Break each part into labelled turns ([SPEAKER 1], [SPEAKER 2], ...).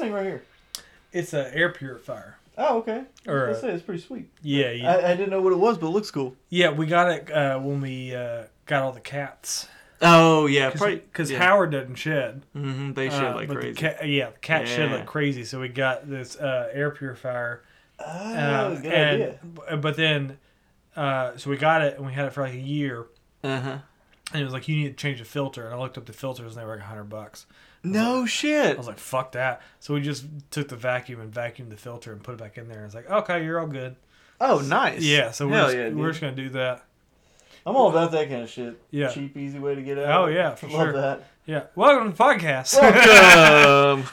[SPEAKER 1] right here?
[SPEAKER 2] It's an air purifier.
[SPEAKER 1] Oh, okay.
[SPEAKER 2] Or uh,
[SPEAKER 1] I
[SPEAKER 2] a-
[SPEAKER 1] say it's pretty sweet.
[SPEAKER 2] yeah, yeah,
[SPEAKER 1] I, I didn't know what it was, but it looks cool.
[SPEAKER 2] yeah. We got it uh, when we uh, got all the cats
[SPEAKER 1] Oh yeah,
[SPEAKER 2] because Howard doesn't shed.
[SPEAKER 1] mm-hmm, they
[SPEAKER 2] Uh,
[SPEAKER 1] shit like
[SPEAKER 2] but the
[SPEAKER 1] crazy.
[SPEAKER 2] Cat, yeah, the cat shed
[SPEAKER 1] Yeah.
[SPEAKER 2] like crazy. So we got this uh, air purifier.
[SPEAKER 1] oh,
[SPEAKER 2] um,
[SPEAKER 1] good
[SPEAKER 2] and,
[SPEAKER 1] idea.
[SPEAKER 2] b- But then, uh, so we got it and we had it for like a year.
[SPEAKER 1] Uh huh.
[SPEAKER 2] And it was like, you need to change the filter. And I looked up the filters and they were like 100 bucks.
[SPEAKER 1] No
[SPEAKER 2] I
[SPEAKER 1] shit.
[SPEAKER 2] was like, fuck that. So we just took the vacuum and vacuumed the filter and put it back in there. And it's like, okay, you're all good.
[SPEAKER 1] Oh nice.
[SPEAKER 2] Yeah, so we're
[SPEAKER 1] Hell
[SPEAKER 2] just,
[SPEAKER 1] yeah, dude.
[SPEAKER 2] we're just going to do that.
[SPEAKER 1] I'm all about that kind of shit.
[SPEAKER 2] Yeah.
[SPEAKER 1] Cheap, easy way to get out.
[SPEAKER 2] Oh, yeah, for
[SPEAKER 1] Love
[SPEAKER 2] sure.
[SPEAKER 1] that.
[SPEAKER 2] Yeah. Welcome to the podcast.
[SPEAKER 1] Welcome.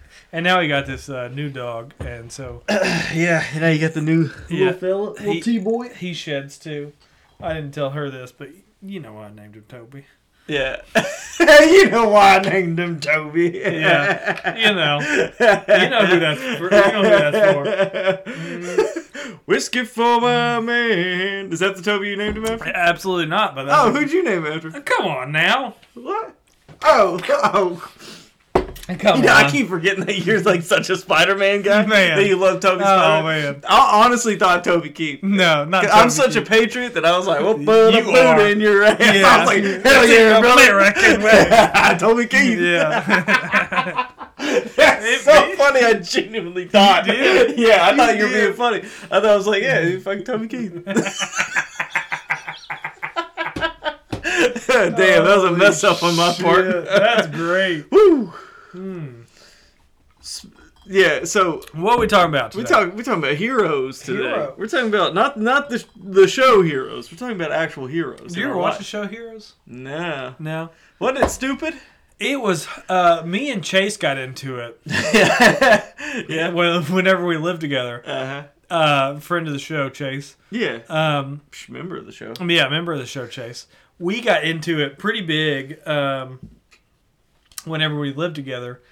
[SPEAKER 2] and now we got this uh, new dog. And so
[SPEAKER 1] yeah. and Now you got the new
[SPEAKER 2] Yeah.
[SPEAKER 1] little fella, little
[SPEAKER 2] He-
[SPEAKER 1] T boy.
[SPEAKER 2] he sheds too. I didn't tell her this, but you know why I named him Toby.
[SPEAKER 1] Yeah. you know why I named him Toby.
[SPEAKER 2] Yeah. You know. You know who that's for. You know who that's for.
[SPEAKER 1] Whiskey for my man. Is that the Toby you named him after?
[SPEAKER 2] Absolutely not. But
[SPEAKER 1] Oh, who'd you name after?
[SPEAKER 2] come on now.
[SPEAKER 1] What? Oh, oh.
[SPEAKER 2] Come
[SPEAKER 1] You know,
[SPEAKER 2] on.
[SPEAKER 1] I keep forgetting that you're like such a Spider-Man guy
[SPEAKER 2] Man.
[SPEAKER 1] that you love Toby.
[SPEAKER 2] oh
[SPEAKER 1] Spider.
[SPEAKER 2] man.
[SPEAKER 1] I honestly thought Toby Keith.
[SPEAKER 2] No, not.
[SPEAKER 1] I'm
[SPEAKER 2] Toby
[SPEAKER 1] such a
[SPEAKER 2] Keith.
[SPEAKER 1] patriot that I was like, "Well,
[SPEAKER 2] You
[SPEAKER 1] put a boot
[SPEAKER 2] are.
[SPEAKER 1] in your ass."
[SPEAKER 2] Yeah.
[SPEAKER 1] I was like, "Hell
[SPEAKER 2] That's
[SPEAKER 1] yeah,
[SPEAKER 2] an
[SPEAKER 1] brother!"
[SPEAKER 2] American way.
[SPEAKER 1] Toby Keith.
[SPEAKER 2] Yeah.
[SPEAKER 1] That's
[SPEAKER 2] It
[SPEAKER 1] so
[SPEAKER 2] did.
[SPEAKER 1] funny. I genuinely thought.
[SPEAKER 2] did.
[SPEAKER 1] Yeah, I thought you were
[SPEAKER 2] did.
[SPEAKER 1] being funny. I thought I was like, yeah, you fucking Tommy Keith. Damn, that was a mess up on my
[SPEAKER 2] Shit,
[SPEAKER 1] part.
[SPEAKER 2] that's great.
[SPEAKER 1] Woo.
[SPEAKER 2] Hmm.
[SPEAKER 1] Yeah, so
[SPEAKER 2] What are we talking about?
[SPEAKER 1] we
[SPEAKER 2] today?
[SPEAKER 1] talk we talking about heroes today.
[SPEAKER 2] Hero.
[SPEAKER 1] We're talking about not not the the show heroes. We're talking about actual heroes. in
[SPEAKER 2] Do you ever
[SPEAKER 1] our
[SPEAKER 2] watch the
[SPEAKER 1] life.
[SPEAKER 2] show Heroes?
[SPEAKER 1] No,
[SPEAKER 2] No.
[SPEAKER 1] wasn't it stupid?
[SPEAKER 2] It was uh, me and Chase got into it.
[SPEAKER 1] yeah.
[SPEAKER 2] When, whenever we lived together,
[SPEAKER 1] Uh huh.
[SPEAKER 2] uh, friend of the show, Chase.
[SPEAKER 1] Yeah.
[SPEAKER 2] Um,
[SPEAKER 1] Remember the show?
[SPEAKER 2] Um, Yeah, a member of the show, Chase. We got into it pretty big um, whenever we lived together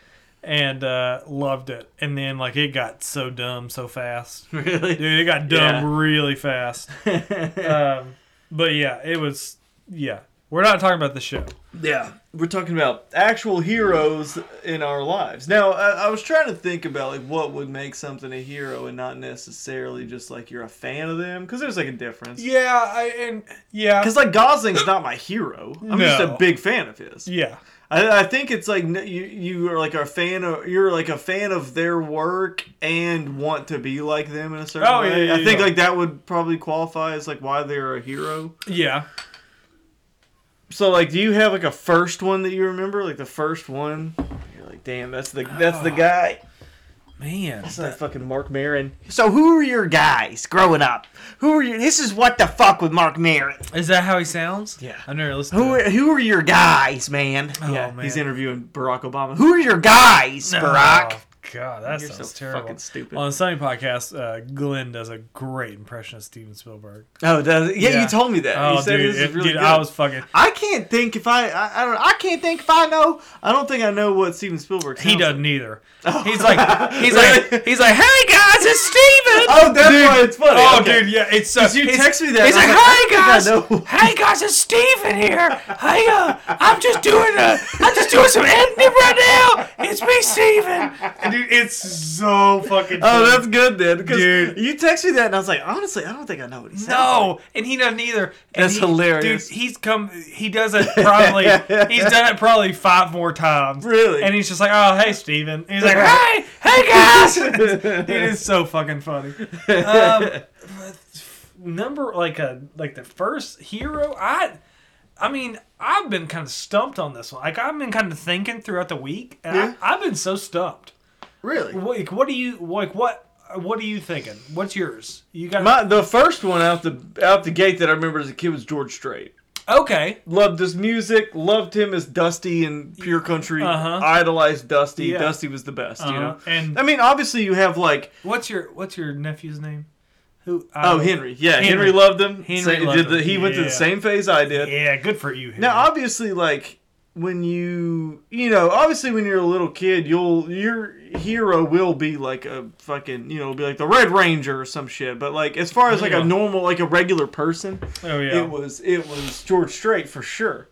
[SPEAKER 2] and uh, loved it. And then, like, it got so dumb so fast.
[SPEAKER 1] Really?
[SPEAKER 2] Dude, it got dumb
[SPEAKER 1] Yeah.
[SPEAKER 2] really fast. Um, but yeah, it was, yeah. We're not talking about the show.
[SPEAKER 1] Yeah, we're talking about actual heroes in our lives. Now, I, I was trying to think about like what would make something a hero and not necessarily just like you're a fan of them because there's like a difference.
[SPEAKER 2] Yeah, I, and yeah.
[SPEAKER 1] Because like Gosling's not my hero. I'm just a
[SPEAKER 2] No.
[SPEAKER 1] big fan of his.
[SPEAKER 2] Yeah.
[SPEAKER 1] I, I think it's like n- you you are like a fan of you're like a fan of their work and want to be like them in a certain
[SPEAKER 2] Oh, yeah,
[SPEAKER 1] way.
[SPEAKER 2] yeah,
[SPEAKER 1] I think
[SPEAKER 2] yeah.
[SPEAKER 1] like that would probably qualify as like why they're a hero.
[SPEAKER 2] Yeah.
[SPEAKER 1] So like, do you have like a first one that you remember? Like the first one, you're like, damn, that's the that's the guy.
[SPEAKER 2] Man.
[SPEAKER 1] That's not fucking Mark Maron. So who are your guys growing up? Who are your? This is what the fuck with Mark Maron.
[SPEAKER 2] Is that how he sounds?
[SPEAKER 1] Yeah.
[SPEAKER 2] I've never listened
[SPEAKER 3] Who
[SPEAKER 2] to it.
[SPEAKER 3] are, who are your guys, man?
[SPEAKER 2] Oh,
[SPEAKER 1] yeah,
[SPEAKER 2] man.
[SPEAKER 1] he's interviewing Barack Obama.
[SPEAKER 3] Who are your guys, Barack?
[SPEAKER 2] Oh, God, that
[SPEAKER 1] You're so
[SPEAKER 2] sounds terrible.
[SPEAKER 1] fucking stupid.
[SPEAKER 2] On the Sunny podcast, uh, Glenn does a great impression of Steven Spielberg.
[SPEAKER 1] Oh, does yeah,
[SPEAKER 2] Yeah.
[SPEAKER 1] you told me that.
[SPEAKER 2] Oh,
[SPEAKER 1] you said
[SPEAKER 2] dude,
[SPEAKER 1] this is
[SPEAKER 2] it-
[SPEAKER 1] really
[SPEAKER 2] dude,
[SPEAKER 1] good.
[SPEAKER 2] I was fucking.
[SPEAKER 1] I can't think if I, I I don't I can't think if I know I don't think I know what Steven Spielberg
[SPEAKER 2] He
[SPEAKER 1] sounds
[SPEAKER 2] doesn't either. He's like, he's
[SPEAKER 1] Oh. Really?
[SPEAKER 2] like, he's like, hey guys, it's Steven.
[SPEAKER 1] Oh, that's
[SPEAKER 2] Dude.
[SPEAKER 1] why it's funny.
[SPEAKER 2] Oh,
[SPEAKER 1] Okay.
[SPEAKER 2] dude, yeah, it's so.
[SPEAKER 1] 'Cause you
[SPEAKER 2] it's-
[SPEAKER 1] text me that,
[SPEAKER 2] He's
[SPEAKER 1] and
[SPEAKER 2] like,
[SPEAKER 1] I was
[SPEAKER 2] hey
[SPEAKER 1] like, I
[SPEAKER 2] guys,
[SPEAKER 1] think
[SPEAKER 2] hey guys, it's Steven here. Hey, uh, I'm just doing a, I'm just doing some editing right now. It's me, Steven. And dude, it's so fucking.
[SPEAKER 1] Oh,
[SPEAKER 2] funny.
[SPEAKER 1] that's good then. Dude,
[SPEAKER 2] Dude.
[SPEAKER 1] you texted me that and I was like, honestly, I don't think I know what he said.
[SPEAKER 2] No, and he doesn't either. And
[SPEAKER 1] That's
[SPEAKER 2] he-
[SPEAKER 1] hilarious.
[SPEAKER 2] Dude, he's come. He does it probably. he's done it probably five more times.
[SPEAKER 1] Really?
[SPEAKER 2] And he's just like, oh hey Steven. And he's like, hey hey guys. Dude, it's so fucking funny. Um, number like a like the first hero. I, I mean, I've been kind of stumped on this one. Like I've been kind of thinking throughout the week, and
[SPEAKER 1] Yeah.
[SPEAKER 2] I, I've been so stumped.
[SPEAKER 1] Really?
[SPEAKER 2] Like, what do you like? What what are you thinking? What's yours? You got
[SPEAKER 1] My, the first one out the out the gate that I remember as a kid was George Strait.
[SPEAKER 2] okay.
[SPEAKER 1] Loved his music, loved him as Dusty in Pure Country.
[SPEAKER 2] Uh-huh.
[SPEAKER 1] Idolized Dusty.
[SPEAKER 2] Yeah.
[SPEAKER 1] Dusty was the best, you know.
[SPEAKER 2] Uh-huh. And
[SPEAKER 1] I mean, obviously you have like
[SPEAKER 2] what's your what's your nephew's name? Who?
[SPEAKER 1] oh Henry, yeah, Henry,
[SPEAKER 2] Henry.
[SPEAKER 1] loved him.
[SPEAKER 2] Henry
[SPEAKER 1] Sa-
[SPEAKER 2] loved
[SPEAKER 1] did the,
[SPEAKER 2] him.
[SPEAKER 1] He went to the
[SPEAKER 2] Yeah.
[SPEAKER 1] same phase I did.
[SPEAKER 2] Yeah, good for you. Henry.
[SPEAKER 1] Now, obviously, like when you you know, obviously when you're a little kid, you'll your hero will be like a fucking you know be like the Red Ranger or some shit. But like as far as like
[SPEAKER 2] Yeah.
[SPEAKER 1] a normal like a regular person,
[SPEAKER 2] oh yeah,
[SPEAKER 1] it was it was George Strait for sure.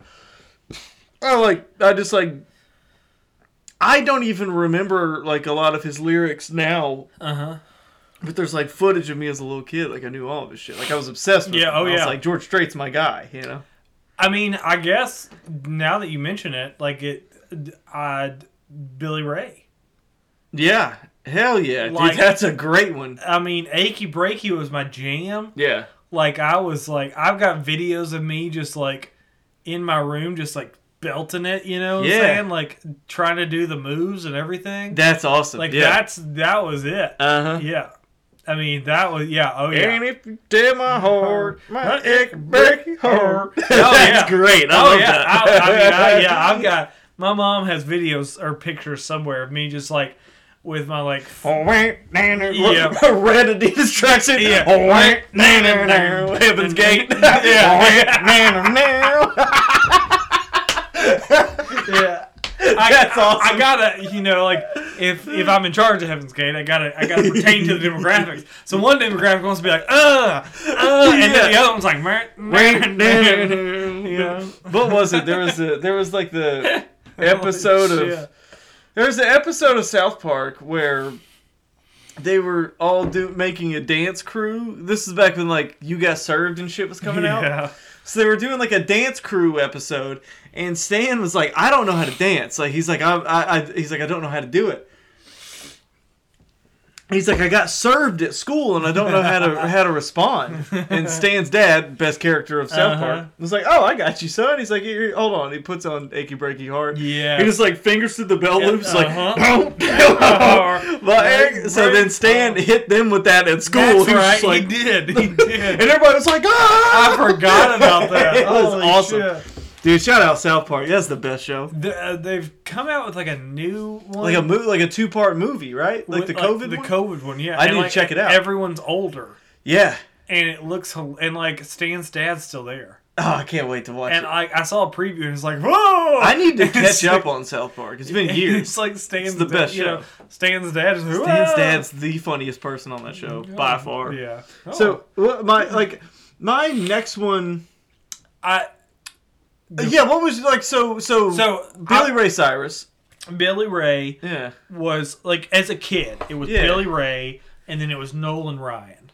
[SPEAKER 1] I like I just like I don't even remember like a lot of his lyrics now,
[SPEAKER 2] Uh huh.
[SPEAKER 1] but there's like footage of me as a little kid. Like I knew all of his shit. Like I was obsessed with.
[SPEAKER 2] Yeah,
[SPEAKER 1] him.
[SPEAKER 2] oh,
[SPEAKER 1] I was
[SPEAKER 2] yeah.
[SPEAKER 1] Like George Strait's my guy. You know.
[SPEAKER 2] I mean, I guess now that you mention it, like it, I Billy Ray.
[SPEAKER 1] Yeah. Hell yeah,
[SPEAKER 2] Like-
[SPEAKER 1] dude. That's a great one.
[SPEAKER 2] I mean, achy breaky was my jam.
[SPEAKER 1] Yeah.
[SPEAKER 2] Like I was like, I've got videos of me just like in my room, just like belting it. You know, what
[SPEAKER 1] Yeah.
[SPEAKER 2] I'm saying like trying to do the moves and everything.
[SPEAKER 1] That's awesome.
[SPEAKER 2] like
[SPEAKER 1] yeah.
[SPEAKER 2] that's that was it.
[SPEAKER 1] Uh huh.
[SPEAKER 2] yeah, I mean that was yeah. Oh yeah.
[SPEAKER 1] And if you tear my heart, my
[SPEAKER 2] My
[SPEAKER 1] ick, heart.
[SPEAKER 2] break heart.
[SPEAKER 1] That's
[SPEAKER 2] Oh, yeah.
[SPEAKER 1] great. I
[SPEAKER 2] oh
[SPEAKER 1] love
[SPEAKER 2] yeah,
[SPEAKER 1] that.
[SPEAKER 2] I, I mean, I, yeah, I've got my mom has videos or pictures somewhere of me just like with my like Yeah.
[SPEAKER 1] Red Adidas tracksuit.
[SPEAKER 2] Yeah.
[SPEAKER 1] Yeah. Heaven's Gate. Yeah.
[SPEAKER 2] yeah. I,
[SPEAKER 1] That's
[SPEAKER 2] I-
[SPEAKER 1] awesome.
[SPEAKER 2] I gotta, you know, like if if I'm in charge of Heaven's Gate, I gotta I gotta pertain to the demographics. So one demographic wants to be like, uh, uh, and then the
[SPEAKER 1] Yeah.
[SPEAKER 2] other one's like, mer, mer, mer. you know,
[SPEAKER 1] What was it? There was a, there was like the episode
[SPEAKER 2] Holy
[SPEAKER 1] of
[SPEAKER 2] Oh, shit.
[SPEAKER 1] There's the episode of South Park where they were all do, making a dance crew. This is back when like You Got Served and shit was coming out.
[SPEAKER 2] yeah.
[SPEAKER 1] So they were doing like a dance crew episode, and Stan was like, "I don't know how to dance." Like he's like, I, I, I he's like, I don't know how to do it. He's like, I got served at school, and I don't know how to how to respond. And Stan's dad, best character of South
[SPEAKER 2] Uh-huh.
[SPEAKER 1] Park, was like, "Oh, I got you, son." He's like, "Here, hold on." He puts on achy breaky heart.
[SPEAKER 2] Yeah.
[SPEAKER 1] He just like fingers through the bell loops, like.
[SPEAKER 2] uh-huh.
[SPEAKER 1] "Don't." Like, so then Stan hit them with that at school.
[SPEAKER 2] That's
[SPEAKER 1] he was just
[SPEAKER 2] right.
[SPEAKER 1] like,
[SPEAKER 2] he did. He
[SPEAKER 1] and
[SPEAKER 2] did.
[SPEAKER 1] everybody was like, "Ah!"
[SPEAKER 2] I forgot about that.
[SPEAKER 1] It was
[SPEAKER 2] Holy
[SPEAKER 1] awesome.
[SPEAKER 2] shit.
[SPEAKER 1] Dude, shout out South Park. That's the best show.
[SPEAKER 2] Th- uh, they've come out with like a new one,
[SPEAKER 1] Like a mo- like a two part movie, right? Like
[SPEAKER 2] with,
[SPEAKER 1] the COVID
[SPEAKER 2] the
[SPEAKER 1] one?
[SPEAKER 2] COVID one. Yeah,
[SPEAKER 1] I
[SPEAKER 2] And,
[SPEAKER 1] need to
[SPEAKER 2] like,
[SPEAKER 1] check it out.
[SPEAKER 2] Everyone's older,
[SPEAKER 1] yeah.
[SPEAKER 2] and it looks hel- and like Stan's dad's still there,
[SPEAKER 1] Oh, I can't wait to watch
[SPEAKER 2] and
[SPEAKER 1] it.
[SPEAKER 2] I, I saw a preview and it's like whoa.
[SPEAKER 1] I need to catch
[SPEAKER 2] It's
[SPEAKER 1] up
[SPEAKER 2] like-
[SPEAKER 1] on South Park. It's been
[SPEAKER 2] It's
[SPEAKER 1] years.
[SPEAKER 2] like Stan's
[SPEAKER 1] the
[SPEAKER 2] dad-
[SPEAKER 1] best
[SPEAKER 2] you know,
[SPEAKER 1] show.
[SPEAKER 2] Stan's dad is whoa.
[SPEAKER 1] Dan's dad's the funniest person on that show by far.
[SPEAKER 2] Yeah. Oh.
[SPEAKER 1] So what my like my next one.
[SPEAKER 2] I
[SPEAKER 1] Yeah, what was like so so
[SPEAKER 2] so
[SPEAKER 1] Billy Ray Cyrus.
[SPEAKER 2] I- Billy Ray
[SPEAKER 1] Yeah.
[SPEAKER 2] was like as a kid, it was
[SPEAKER 1] Yeah.
[SPEAKER 2] Billy Ray, and then it was Nolan Ryan.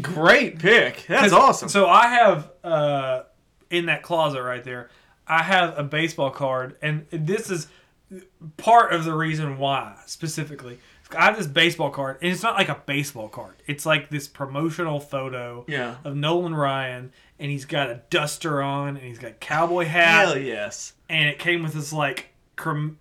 [SPEAKER 1] Great pick. That's
[SPEAKER 2] 'Cause-
[SPEAKER 1] awesome.
[SPEAKER 2] So I have uh, in that closet right there, I have a baseball card, and this is part of the reason why specifically. I have this baseball card, and it's not like a baseball card. It's like this promotional photo
[SPEAKER 1] Yeah.
[SPEAKER 2] of Nolan Ryan, and he's got a duster on, and he's got a cowboy hat,
[SPEAKER 1] Hell yes.
[SPEAKER 2] and it came with this like com-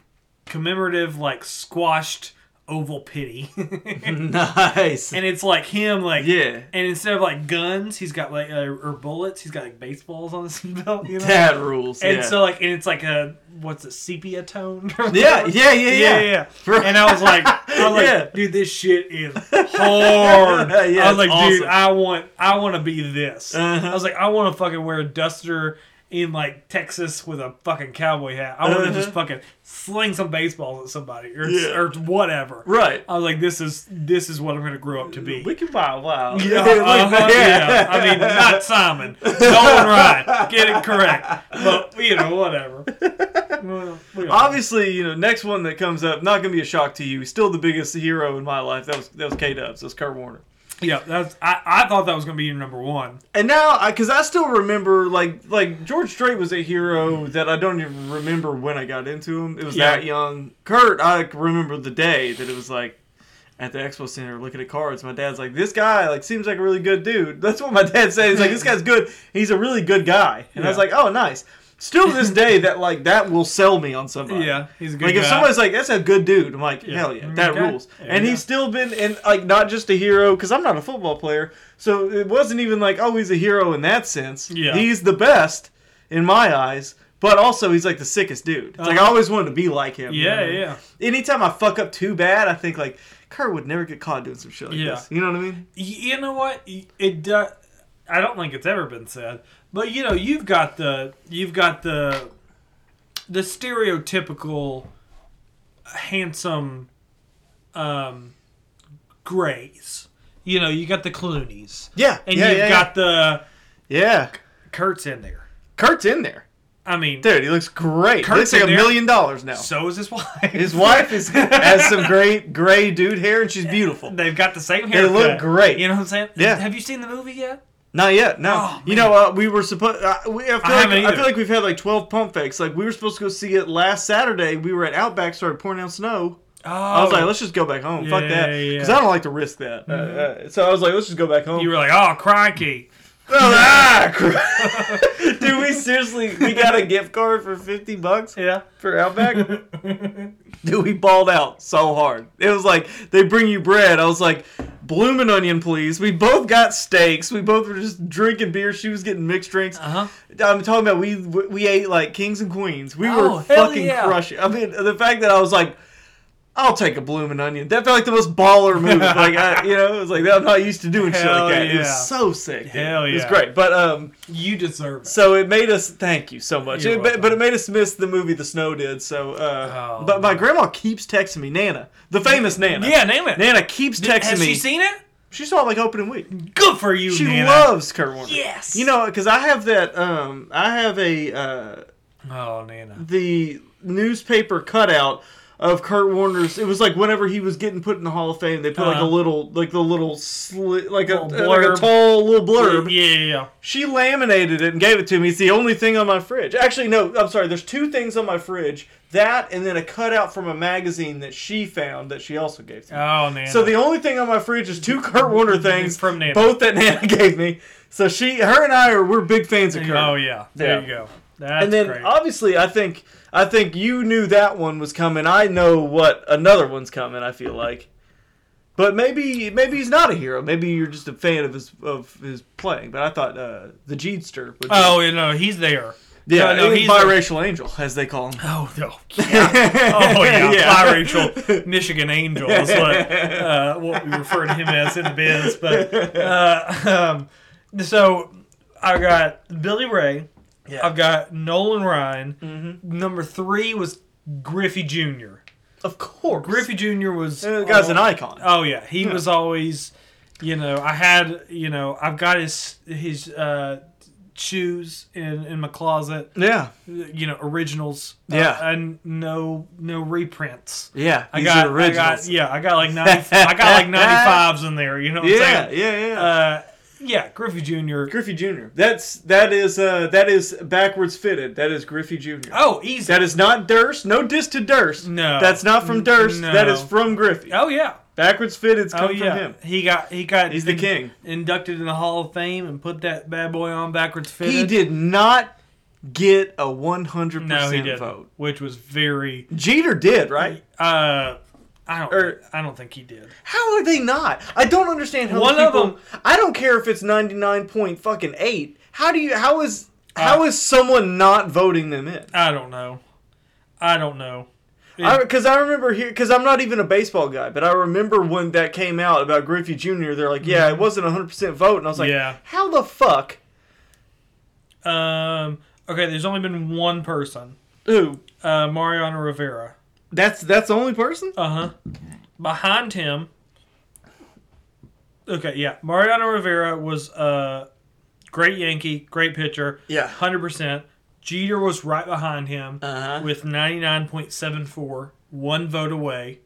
[SPEAKER 2] commemorative, like squashed oval pity, and
[SPEAKER 1] Nice.
[SPEAKER 2] it's like him, like
[SPEAKER 1] yeah.
[SPEAKER 2] and instead of like guns, he's got like uh, or bullets, he's got like baseballs on his belt, you know.
[SPEAKER 1] Dad rules.
[SPEAKER 2] And
[SPEAKER 1] yeah.
[SPEAKER 2] so like, and it's like a what's it, sepia tone?
[SPEAKER 1] yeah, yeah, yeah, yeah,
[SPEAKER 2] yeah, yeah. And I was like, I was like,
[SPEAKER 1] Yeah.
[SPEAKER 2] dude, this shit is hard.
[SPEAKER 1] Yeah,
[SPEAKER 2] I was like,
[SPEAKER 1] it's
[SPEAKER 2] dude,
[SPEAKER 1] awesome.
[SPEAKER 2] I want, I want to be this.
[SPEAKER 1] Uh-huh.
[SPEAKER 2] I was like, I want to fucking wear a duster in like Texas with a fucking cowboy hat. I want to
[SPEAKER 1] Uh-huh.
[SPEAKER 2] just fucking sling some baseballs at somebody or
[SPEAKER 1] Yeah.
[SPEAKER 2] or whatever.
[SPEAKER 1] Right.
[SPEAKER 2] I was like, this is this is what I'm gonna grow up to be.
[SPEAKER 1] We can buy a wild.
[SPEAKER 2] Yeah,
[SPEAKER 1] Look,
[SPEAKER 2] uh-huh, yeah.
[SPEAKER 1] yeah.
[SPEAKER 2] I mean, not Simon. Nolan Ryan. Get it correct. But, you know, whatever. Well, we all-
[SPEAKER 1] Obviously, you know, next one that comes up, not gonna be a shock to you. He's still the biggest hero in my life. That was that was K Dubs. That was Kurt Warner.
[SPEAKER 2] yeah, that's, I, I thought that was going to be your number one.
[SPEAKER 1] And now, I because I still remember, like like George Strait was a hero that I don't even remember when I got into him. It was
[SPEAKER 2] Yeah.
[SPEAKER 1] that young. Kurt, I remember the day that it was like. At the expo center, looking at cards, my dad's like, "This guy like seems like a really good dude." That's what my dad said. He's like, "This guy's good. He's a really good guy." And I was
[SPEAKER 2] Yeah.
[SPEAKER 1] like, "Oh, nice." Still to this day, that like that will sell me on somebody.
[SPEAKER 2] Yeah, he's a good
[SPEAKER 1] Like
[SPEAKER 2] guy.
[SPEAKER 1] if somebody's like, "That's a good dude," I'm like, "Hell yeah, that
[SPEAKER 2] Okay.
[SPEAKER 1] rules."
[SPEAKER 2] There
[SPEAKER 1] and
[SPEAKER 2] you
[SPEAKER 1] he's
[SPEAKER 2] go.
[SPEAKER 1] still been in like not just a hero because I'm not a football player, so it wasn't even like, "Oh, he's a hero in that sense."
[SPEAKER 2] Yeah.
[SPEAKER 1] he's the best in my eyes, but also he's like the sickest dude. It's like I
[SPEAKER 2] Uh-huh.
[SPEAKER 1] always wanted to be like him. you know
[SPEAKER 2] yeah,
[SPEAKER 1] what I mean?
[SPEAKER 2] yeah.
[SPEAKER 1] Anytime I fuck up too bad, I think like Kerr would never get caught doing some shit like
[SPEAKER 2] Yeah.
[SPEAKER 1] this. You know what I mean?
[SPEAKER 2] Y- You know what? Y- It does. I don't think it's ever been said, but you know, you've got the you've got the the stereotypical handsome um grays. You know, you got the Clooney's.
[SPEAKER 1] Yeah,
[SPEAKER 2] And
[SPEAKER 1] yeah,
[SPEAKER 2] you've
[SPEAKER 1] yeah,
[SPEAKER 2] got the
[SPEAKER 1] yeah.
[SPEAKER 2] Kurt's in there.
[SPEAKER 1] Kurt's in there.
[SPEAKER 2] I mean,
[SPEAKER 1] Dude, he looks great. He
[SPEAKER 2] Kurt's
[SPEAKER 1] looks like a
[SPEAKER 2] in there.
[SPEAKER 1] million dollars now.
[SPEAKER 2] so is his wife.
[SPEAKER 1] His wife is has some great gray dude hair, and she's beautiful.
[SPEAKER 2] They've got the same
[SPEAKER 1] They
[SPEAKER 2] haircut.
[SPEAKER 1] look great.
[SPEAKER 2] You know what I'm saying?
[SPEAKER 1] Yeah.
[SPEAKER 2] Have you seen the movie yet?
[SPEAKER 1] Not yet. No.
[SPEAKER 2] Oh,
[SPEAKER 1] you know, uh, we were supposed. Uh, we, I feel like
[SPEAKER 2] haven't
[SPEAKER 1] I feel
[SPEAKER 2] either.
[SPEAKER 1] like we've had like twelve pump fakes. Like we were supposed to go see it last Saturday. We were at Outback, started pouring down snow.
[SPEAKER 2] Oh,
[SPEAKER 1] I was like, let's just go back home. Fuck
[SPEAKER 2] Yeah,
[SPEAKER 1] that,
[SPEAKER 2] yeah. Mm-hmm.
[SPEAKER 1] because I don't like to risk that. Uh, uh, so I was like, let's just go back home.
[SPEAKER 2] you were like, oh, crikey.
[SPEAKER 1] Ah, crap. Dude, we seriously we got a gift card for fifty bucks
[SPEAKER 2] Yeah.
[SPEAKER 1] for Outback. Dude, we balled out so hard. It was like they bring you bread. I was like, bloomin' onion, please. We both got steaks. We both were just drinking beer. She was getting mixed drinks.
[SPEAKER 2] Uh huh.
[SPEAKER 1] I'm talking about we we ate like kings and queens. We
[SPEAKER 2] Oh,
[SPEAKER 1] were
[SPEAKER 2] hell
[SPEAKER 1] fucking
[SPEAKER 2] yeah.
[SPEAKER 1] crushing. I mean, the fact that I was like, I'll take a bloomin' onion. That felt like the most baller move. like I, you know, it was like I'm not used to doing shit
[SPEAKER 2] Hell
[SPEAKER 1] like that. It
[SPEAKER 2] yeah.
[SPEAKER 1] was so sick. dude.
[SPEAKER 2] Hell
[SPEAKER 1] it was
[SPEAKER 2] yeah.
[SPEAKER 1] great. But um,
[SPEAKER 2] You deserve it.
[SPEAKER 1] so it made us thank you so much.
[SPEAKER 2] You're
[SPEAKER 1] It,
[SPEAKER 2] welcome.
[SPEAKER 1] but, but it made us miss the movie The Snow did. So, uh,
[SPEAKER 2] Oh,
[SPEAKER 1] but my grandma keeps texting me Nana, the famous Nana.
[SPEAKER 2] Yeah, name it.
[SPEAKER 1] Nana keeps texting
[SPEAKER 2] Has
[SPEAKER 1] me.
[SPEAKER 2] she seen it?
[SPEAKER 1] she saw it like opening week.
[SPEAKER 2] Good for you,
[SPEAKER 1] She
[SPEAKER 2] Nana.
[SPEAKER 1] loves Kurt Warner.
[SPEAKER 2] Yes.
[SPEAKER 1] You know, because I have that. Um, I have a uh,
[SPEAKER 2] Oh, Nana.
[SPEAKER 1] the newspaper cutout of Kurt Warner's. It was like whenever he was getting put in the Hall of Fame, they put like a
[SPEAKER 2] Uh-huh.
[SPEAKER 1] little, like the little sli- like a
[SPEAKER 2] Little
[SPEAKER 1] like a
[SPEAKER 2] blurb.
[SPEAKER 1] tall little blurb.
[SPEAKER 2] Yeah, yeah, yeah.
[SPEAKER 1] She laminated it and gave it to me. It's the only thing on my fridge. Actually, no, I'm sorry. There's two things on my fridge. That and then a cutout from a magazine that she found that she also gave to me.
[SPEAKER 2] Oh, Nana.
[SPEAKER 1] So the only thing on my fridge is two Kurt Warner things
[SPEAKER 2] From Nana.
[SPEAKER 1] both that Nana gave me. So she, her, and I are we're big fans of Kurt.
[SPEAKER 2] Oh, yeah. There
[SPEAKER 1] Yeah.
[SPEAKER 2] you go. That's
[SPEAKER 1] and then
[SPEAKER 2] great.
[SPEAKER 1] obviously, I think I think you knew that one was coming. I know what another one's coming. I feel like, but maybe maybe he's not a hero. Maybe you're just a fan of his of his playing. But I thought uh, the Jeedster. Would be,
[SPEAKER 2] oh, you know, he's there.
[SPEAKER 1] yeah,
[SPEAKER 2] no, no,
[SPEAKER 1] he's
[SPEAKER 2] he's
[SPEAKER 1] biracial angel as they call him.
[SPEAKER 2] Oh, no. Oh yeah, biracial Michigan Angel is what, uh, what we refer to him as in the biz. But uh, um, so I got Billy Ray.
[SPEAKER 1] Yeah. Mm-hmm.
[SPEAKER 2] I've got Nolan Ryan. Number three was Griffey Jr.
[SPEAKER 1] Of course,
[SPEAKER 2] Griffey Jr. was
[SPEAKER 1] Uh, the guy's an
[SPEAKER 2] all-
[SPEAKER 1] icon.
[SPEAKER 2] Oh yeah, he was always, you know, I had, you know, I've got his his uh, shoes in in my closet.
[SPEAKER 1] yeah,
[SPEAKER 2] You know, originals.
[SPEAKER 1] Yeah.
[SPEAKER 2] uh, and no no reprints.
[SPEAKER 1] yeah.
[SPEAKER 2] I
[SPEAKER 1] he's
[SPEAKER 2] got,
[SPEAKER 1] an
[SPEAKER 2] I
[SPEAKER 1] original.
[SPEAKER 2] got, yeah, I got like ninety, I got like ninety fives in there. You know what I'm
[SPEAKER 1] yeah, yeah,
[SPEAKER 2] saying?
[SPEAKER 1] yeah, yeah.
[SPEAKER 2] Uh, yeah, Griffey Jr.
[SPEAKER 1] Griffey Jr. That's that is uh that is backwards fitted. That is Griffey Jr.
[SPEAKER 2] oh, easy.
[SPEAKER 1] That is not Durst. No diss to Durst.
[SPEAKER 2] No.
[SPEAKER 1] That's not from Durst.
[SPEAKER 2] No.
[SPEAKER 1] That is from Griffey.
[SPEAKER 2] oh yeah,
[SPEAKER 1] Backwards fitted's
[SPEAKER 2] oh
[SPEAKER 1] come
[SPEAKER 2] yeah.
[SPEAKER 1] from him.
[SPEAKER 2] He got, he got.
[SPEAKER 1] He's the king.
[SPEAKER 2] Inducted in the Hall of Fame and put that bad boy on backwards fitted.
[SPEAKER 1] He did not get a 100%
[SPEAKER 2] No, he didn't.
[SPEAKER 1] vote.
[SPEAKER 2] Which was very.
[SPEAKER 1] Jeter did, right?
[SPEAKER 2] Uh, I don't.
[SPEAKER 1] Or-
[SPEAKER 2] I don't think he did.
[SPEAKER 1] How are they not? I don't understand how
[SPEAKER 2] One
[SPEAKER 1] these
[SPEAKER 2] of
[SPEAKER 1] people,
[SPEAKER 2] them-
[SPEAKER 1] I don't care if it's 99 point fucking 8. How do you how is
[SPEAKER 2] Uh.
[SPEAKER 1] how is someone not voting them in?
[SPEAKER 2] I don't know. I don't know.
[SPEAKER 1] Because I, remember here, because I'm not even a baseball guy, but I remember when that came out about Griffey Jr. They're like, yeah, it wasn't 100% vote, and I was like,
[SPEAKER 2] Mm-hmm. Yeah.
[SPEAKER 1] how the fuck?
[SPEAKER 2] Um. Okay. There's only been one person.
[SPEAKER 1] Ooh,
[SPEAKER 2] Uh, Mariano Rivera.
[SPEAKER 1] that's that's the only person.
[SPEAKER 2] Uh huh. Behind him. Okay, yeah. Mariano Rivera was a great Yankee, great pitcher.
[SPEAKER 1] Yeah.
[SPEAKER 2] 100%. Jeter was right behind him
[SPEAKER 1] Uh-huh.
[SPEAKER 2] with 99.74, one vote away.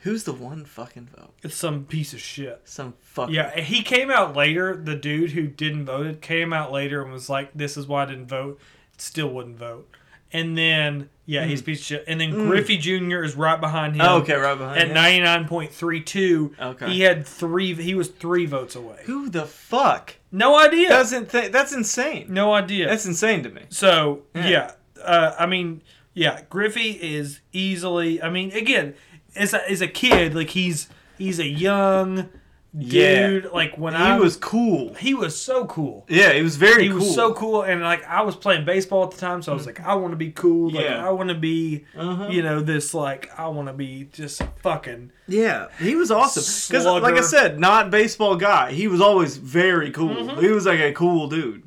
[SPEAKER 1] Who's the one fucking vote?
[SPEAKER 2] It's some piece of shit.
[SPEAKER 1] Some fucking
[SPEAKER 2] Yeah, he came out later. The dude who didn't vote it came out later and was like, "This is why I didn't vote." Still wouldn't vote. And then yeah, he's a piece of shit. And then Griffey Jr. is right behind him.
[SPEAKER 1] Oh, Mm. okay, right behind
[SPEAKER 2] At
[SPEAKER 1] him.
[SPEAKER 2] ninety nine point three two.
[SPEAKER 1] Okay.
[SPEAKER 2] He had three. He was three votes away.
[SPEAKER 1] Who the fuck
[SPEAKER 2] No idea.
[SPEAKER 1] doesn't think that's insane?
[SPEAKER 2] no idea.
[SPEAKER 1] That's insane to me.
[SPEAKER 2] so yeah, uh, I mean yeah, Griffey is easily. I mean again, as a, as a kid, like he's he's a young.
[SPEAKER 1] Yeah.
[SPEAKER 2] Dude, like when
[SPEAKER 1] He
[SPEAKER 2] I
[SPEAKER 1] was cool.
[SPEAKER 2] he was so cool.
[SPEAKER 1] Yeah, he was very
[SPEAKER 2] He
[SPEAKER 1] cool. Mm-hmm.
[SPEAKER 2] was so cool, and like I was playing baseball at the time, so I was like, I want to be cool. Like
[SPEAKER 1] Yeah.
[SPEAKER 2] I want to be,
[SPEAKER 1] Uh-huh.
[SPEAKER 2] you know, this like I want to be just fucking.
[SPEAKER 1] Yeah, he was awesome. Because, like I
[SPEAKER 2] Slugger.
[SPEAKER 1] said, not baseball guy. He was always very cool.
[SPEAKER 2] Mm-hmm.
[SPEAKER 1] He was like a cool dude.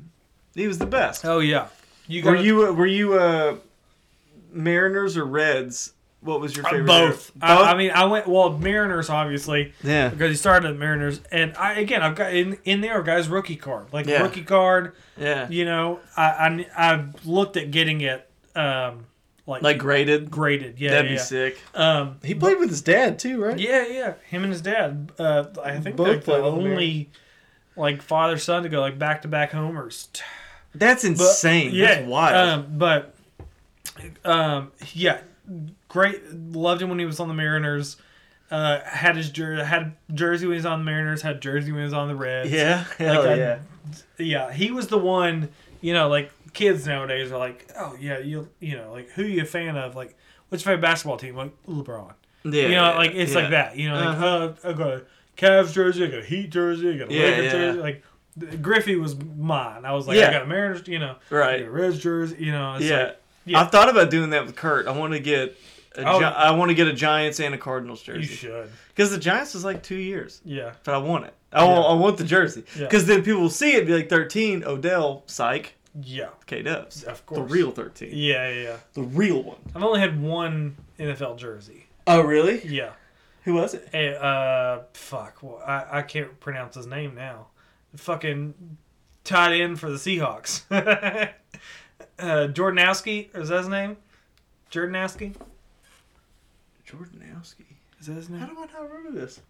[SPEAKER 1] He was the best.
[SPEAKER 2] Oh yeah, you
[SPEAKER 1] Were
[SPEAKER 2] got you
[SPEAKER 1] you uh, were you uh, Mariners or Reds What was your
[SPEAKER 2] Uh,
[SPEAKER 1] favorite?
[SPEAKER 2] both.
[SPEAKER 1] hero?
[SPEAKER 2] I, I mean, I went well Mariners obviously
[SPEAKER 1] yeah.
[SPEAKER 2] because he started at Mariners, and I again I've got in in there guys rookie card like
[SPEAKER 1] Yeah.
[SPEAKER 2] rookie card.
[SPEAKER 1] Yeah.
[SPEAKER 2] You know, I I, I looked at getting it um like,
[SPEAKER 1] Like graded.
[SPEAKER 2] graded. Yeah,
[SPEAKER 1] That'd
[SPEAKER 2] yeah.
[SPEAKER 1] be sick.
[SPEAKER 2] Um,
[SPEAKER 1] He played with his dad too, right?
[SPEAKER 2] yeah, yeah. Him and his dad. Uh, I think
[SPEAKER 1] Both
[SPEAKER 2] Both
[SPEAKER 1] played
[SPEAKER 2] the
[SPEAKER 1] with the
[SPEAKER 2] only like father son to go like back to back homers.
[SPEAKER 1] That's
[SPEAKER 2] But-
[SPEAKER 1] insane. That's wild.
[SPEAKER 2] Um, but um, yeah, great. Loved him when he was on the Mariners. Uh, had his jer- had jersey when he was on the Mariners. Had jersey when he was on the Reds.
[SPEAKER 1] yeah. Hell
[SPEAKER 2] I-
[SPEAKER 1] yeah.
[SPEAKER 2] yeah. He was the one. You know, like kids nowadays are like, oh yeah, you you know, like who you a fan of? Like, what's your favorite basketball team? Like LeBron.
[SPEAKER 1] yeah.
[SPEAKER 2] you know, like it's like
[SPEAKER 1] yeah. Uh-huh.
[SPEAKER 2] that. You know, like uh, I got a Cavs jersey, I got a Heat jersey, I got a
[SPEAKER 1] Yeah,
[SPEAKER 2] Lakers
[SPEAKER 1] yeah.
[SPEAKER 2] jersey. Like th- Griffey was mine. I was like,
[SPEAKER 1] Yeah.
[SPEAKER 2] I got a Mariners. You know,
[SPEAKER 1] Right.
[SPEAKER 2] I got a Reds jersey. You know, it's
[SPEAKER 1] Yeah.
[SPEAKER 2] like, yeah.
[SPEAKER 1] I thought about doing that with Kurt. I want to get. A
[SPEAKER 2] Oh.
[SPEAKER 1] Gi- I want to get a Giants and a Cardinals
[SPEAKER 2] you
[SPEAKER 1] jersey
[SPEAKER 2] should.
[SPEAKER 1] because the Giants is like two years,
[SPEAKER 2] Yeah,
[SPEAKER 1] but I want it. I want, I want the jersey
[SPEAKER 2] Yeah.
[SPEAKER 1] because then people will see it and be like thirteen Odell Psych
[SPEAKER 2] yeah,
[SPEAKER 1] K Dubs,
[SPEAKER 2] Of
[SPEAKER 1] the
[SPEAKER 2] course.
[SPEAKER 1] real thirteen,
[SPEAKER 2] yeah, yeah. yeah.
[SPEAKER 1] the real one.
[SPEAKER 2] I've only had one NFL jersey.
[SPEAKER 1] Oh really?
[SPEAKER 2] Yeah.
[SPEAKER 1] Who was it?
[SPEAKER 2] Hey, uh, fuck. Well, I I can't pronounce his name now. Fucking tied in for the Seahawks. uh, Jordanowski is that his name? Jordanowski
[SPEAKER 1] Jordanowski.
[SPEAKER 2] is that his name?
[SPEAKER 1] How do I not remember this?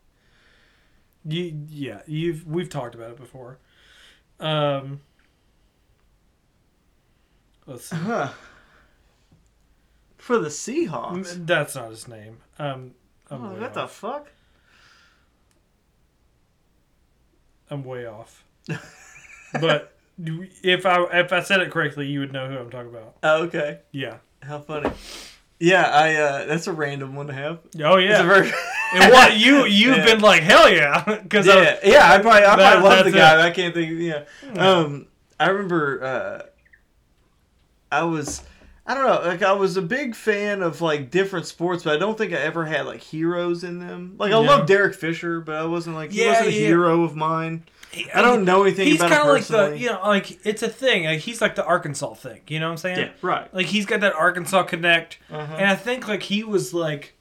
[SPEAKER 2] You, yeah, you've we've talked about it before. Um, let's see.
[SPEAKER 1] Huh. For the Seahawks.
[SPEAKER 2] M- That's not his name. Um, I'm,
[SPEAKER 1] Oh,
[SPEAKER 2] way,
[SPEAKER 1] what the
[SPEAKER 2] off.
[SPEAKER 1] fuck?
[SPEAKER 2] I'm way off. But you- if I if I said it correctly, you would know who I'm talking about.
[SPEAKER 1] Oh, okay.
[SPEAKER 2] Yeah.
[SPEAKER 1] How funny. Yeah, I. uh That's a random one to have.
[SPEAKER 2] Oh
[SPEAKER 1] It's a
[SPEAKER 2] yeah.
[SPEAKER 1] very-
[SPEAKER 2] and what you you've
[SPEAKER 1] Yeah.
[SPEAKER 2] been like hell yeah because
[SPEAKER 1] yeah, yeah. I probably, I
[SPEAKER 2] that-
[SPEAKER 1] probably love the
[SPEAKER 2] that's
[SPEAKER 1] guy.
[SPEAKER 2] it. Hmm.
[SPEAKER 1] but I can't think. Of, yeah. Um, I remember. Uh, I was. I don't know. Like I was a big fan of like different sports, but I don't think I ever had like heroes in them. Like I
[SPEAKER 2] No.
[SPEAKER 1] love Derek Fisher, but I wasn't like he
[SPEAKER 2] Yeah,
[SPEAKER 1] wasn't a
[SPEAKER 2] yeah.
[SPEAKER 1] hero of mine. I don't know anything
[SPEAKER 2] He's
[SPEAKER 1] about him
[SPEAKER 2] kind of like
[SPEAKER 1] personally.
[SPEAKER 2] the you know like it's a thing. Like, he's like the Arkansas thing. You know what I'm saying?
[SPEAKER 1] yeah, right.
[SPEAKER 2] Like he's got that Arkansas connect,
[SPEAKER 1] Uh-huh.
[SPEAKER 2] and I think like he was like,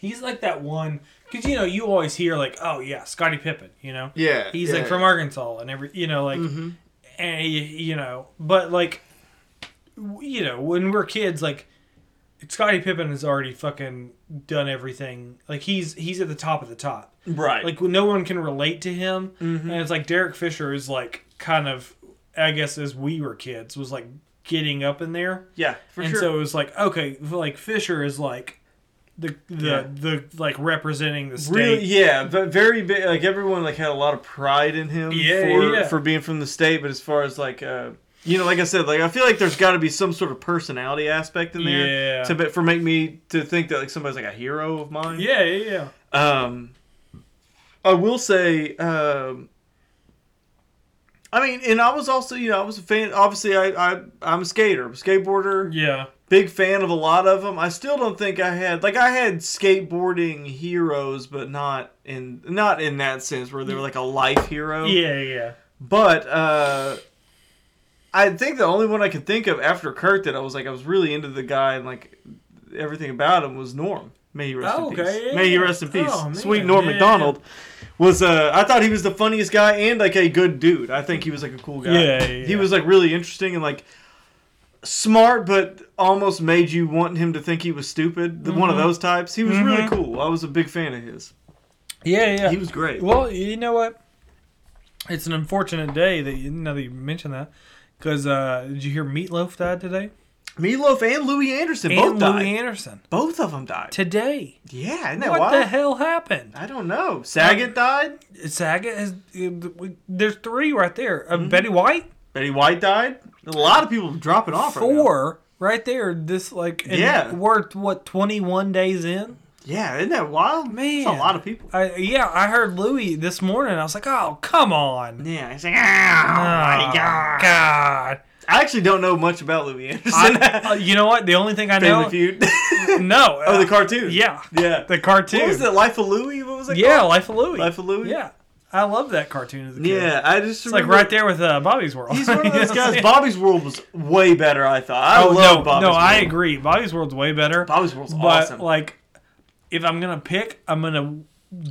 [SPEAKER 2] he's like that one because you know you always hear like, oh yeah, Scottie Pippen, you know,
[SPEAKER 1] Yeah,
[SPEAKER 2] he's
[SPEAKER 1] yeah, Mm-hmm.
[SPEAKER 2] like from Arkansas and every you know like, and y- you know, but like, w- you know when we're kids like. Scottie Pippen has already fucking done everything. Like he's he's at the top of the top
[SPEAKER 1] right.
[SPEAKER 2] like no one can relate to him and it's like derek fisher is like kind of i guess as we were kids was like getting up in there
[SPEAKER 1] yeah, for
[SPEAKER 2] and
[SPEAKER 1] sure.
[SPEAKER 2] so it was like okay like fisher is like the the
[SPEAKER 1] Yeah.
[SPEAKER 2] the like representing the state
[SPEAKER 1] Really, yeah, but very big. Like everyone, like had a lot of pride in him
[SPEAKER 2] Yeah,
[SPEAKER 1] for
[SPEAKER 2] yeah.
[SPEAKER 1] for being from the state. But as far as like, uh, you know, like I said, like I feel like there's got to be some sort of personality aspect in there
[SPEAKER 2] Yeah.
[SPEAKER 1] to be- for make me to think that like somebody's like a hero of mine.
[SPEAKER 2] yeah yeah yeah
[SPEAKER 1] Um, I will say, um, I mean, and I was also, you know, I was a fan. Obviously, I, I I'm a skater, skateboarder
[SPEAKER 2] yeah
[SPEAKER 1] big fan of a lot of them. I still don't think I had like I had skateboarding heroes, but not in not in that sense where they were like a life hero.
[SPEAKER 2] yeah yeah
[SPEAKER 1] But uh, I think the only one I could think of after Kurt that I was like I was really into the guy and like everything about him was Norm. May he rest
[SPEAKER 2] Oh,
[SPEAKER 1] in
[SPEAKER 2] okay,
[SPEAKER 1] peace.
[SPEAKER 2] yeah,
[SPEAKER 1] May he
[SPEAKER 2] yeah.
[SPEAKER 1] rest in peace.
[SPEAKER 2] Oh,
[SPEAKER 1] Sweet
[SPEAKER 2] man,
[SPEAKER 1] Norm
[SPEAKER 2] yeah,
[SPEAKER 1] McDonald was uh I thought he was the funniest guy and like a good dude. I think he was like a cool guy.
[SPEAKER 2] Yeah, yeah,
[SPEAKER 1] He
[SPEAKER 2] yeah.
[SPEAKER 1] was like really interesting and like smart but almost made you want him to think he was stupid. The One
[SPEAKER 2] Mm-hmm.
[SPEAKER 1] of those types. He was really
[SPEAKER 2] Mhm.
[SPEAKER 1] cool. I was a big fan of his.
[SPEAKER 2] yeah yeah
[SPEAKER 1] He was great.
[SPEAKER 2] Well, you know what? It's an unfortunate day that you, now that you mentioned that, because uh, did you hear Meatloaf died today?
[SPEAKER 1] Meatloaf and Louis Anderson both
[SPEAKER 2] and
[SPEAKER 1] died.
[SPEAKER 2] Louis Anderson
[SPEAKER 1] both of them died.
[SPEAKER 2] today.
[SPEAKER 1] Yeah, isn't that
[SPEAKER 2] what
[SPEAKER 1] wild?
[SPEAKER 2] the hell happened?
[SPEAKER 1] I don't know. Saget died.
[SPEAKER 2] Saga has. uh, There's three right there. Uh, Betty White,
[SPEAKER 1] Betty White died. A lot of people dropping off. right now.
[SPEAKER 2] four right there. This like and
[SPEAKER 1] Yeah.
[SPEAKER 2] we're what 21 days in.
[SPEAKER 1] Yeah, isn't that wild?
[SPEAKER 2] Man.
[SPEAKER 1] That's a lot of people.
[SPEAKER 2] I, yeah, I heard Louis this morning. I was like, oh come on.
[SPEAKER 1] Yeah, it's like, ah,
[SPEAKER 2] Oh, God.
[SPEAKER 1] I actually don't know much about Louis Anderson.
[SPEAKER 2] I, uh, you know what? The only thing I
[SPEAKER 1] Family
[SPEAKER 2] know.
[SPEAKER 1] Feud.
[SPEAKER 2] No.
[SPEAKER 1] oh, the
[SPEAKER 2] uh,
[SPEAKER 1] cartoon.
[SPEAKER 2] Yeah.
[SPEAKER 1] yeah.
[SPEAKER 2] The cartoon.
[SPEAKER 1] What was it? Life of Louis? What was it?
[SPEAKER 2] yeah,
[SPEAKER 1] called?
[SPEAKER 2] Life of Louis.
[SPEAKER 1] Life of Louis.
[SPEAKER 2] Yeah. I love that cartoon as a kid.
[SPEAKER 1] Yeah, I just
[SPEAKER 2] It's like right there with uh, Bobby's World.
[SPEAKER 1] He's one of those
[SPEAKER 2] You know what I'm
[SPEAKER 1] guys.
[SPEAKER 2] saying?
[SPEAKER 1] Bobby's World was way better. I thought. I
[SPEAKER 2] Oh,
[SPEAKER 1] love
[SPEAKER 2] no,
[SPEAKER 1] Bobby's
[SPEAKER 2] no,
[SPEAKER 1] World.
[SPEAKER 2] I agree. Bobby's World's way better.
[SPEAKER 1] Bobby's World's
[SPEAKER 2] but
[SPEAKER 1] awesome.
[SPEAKER 2] like, if I'm gonna pick, I'm gonna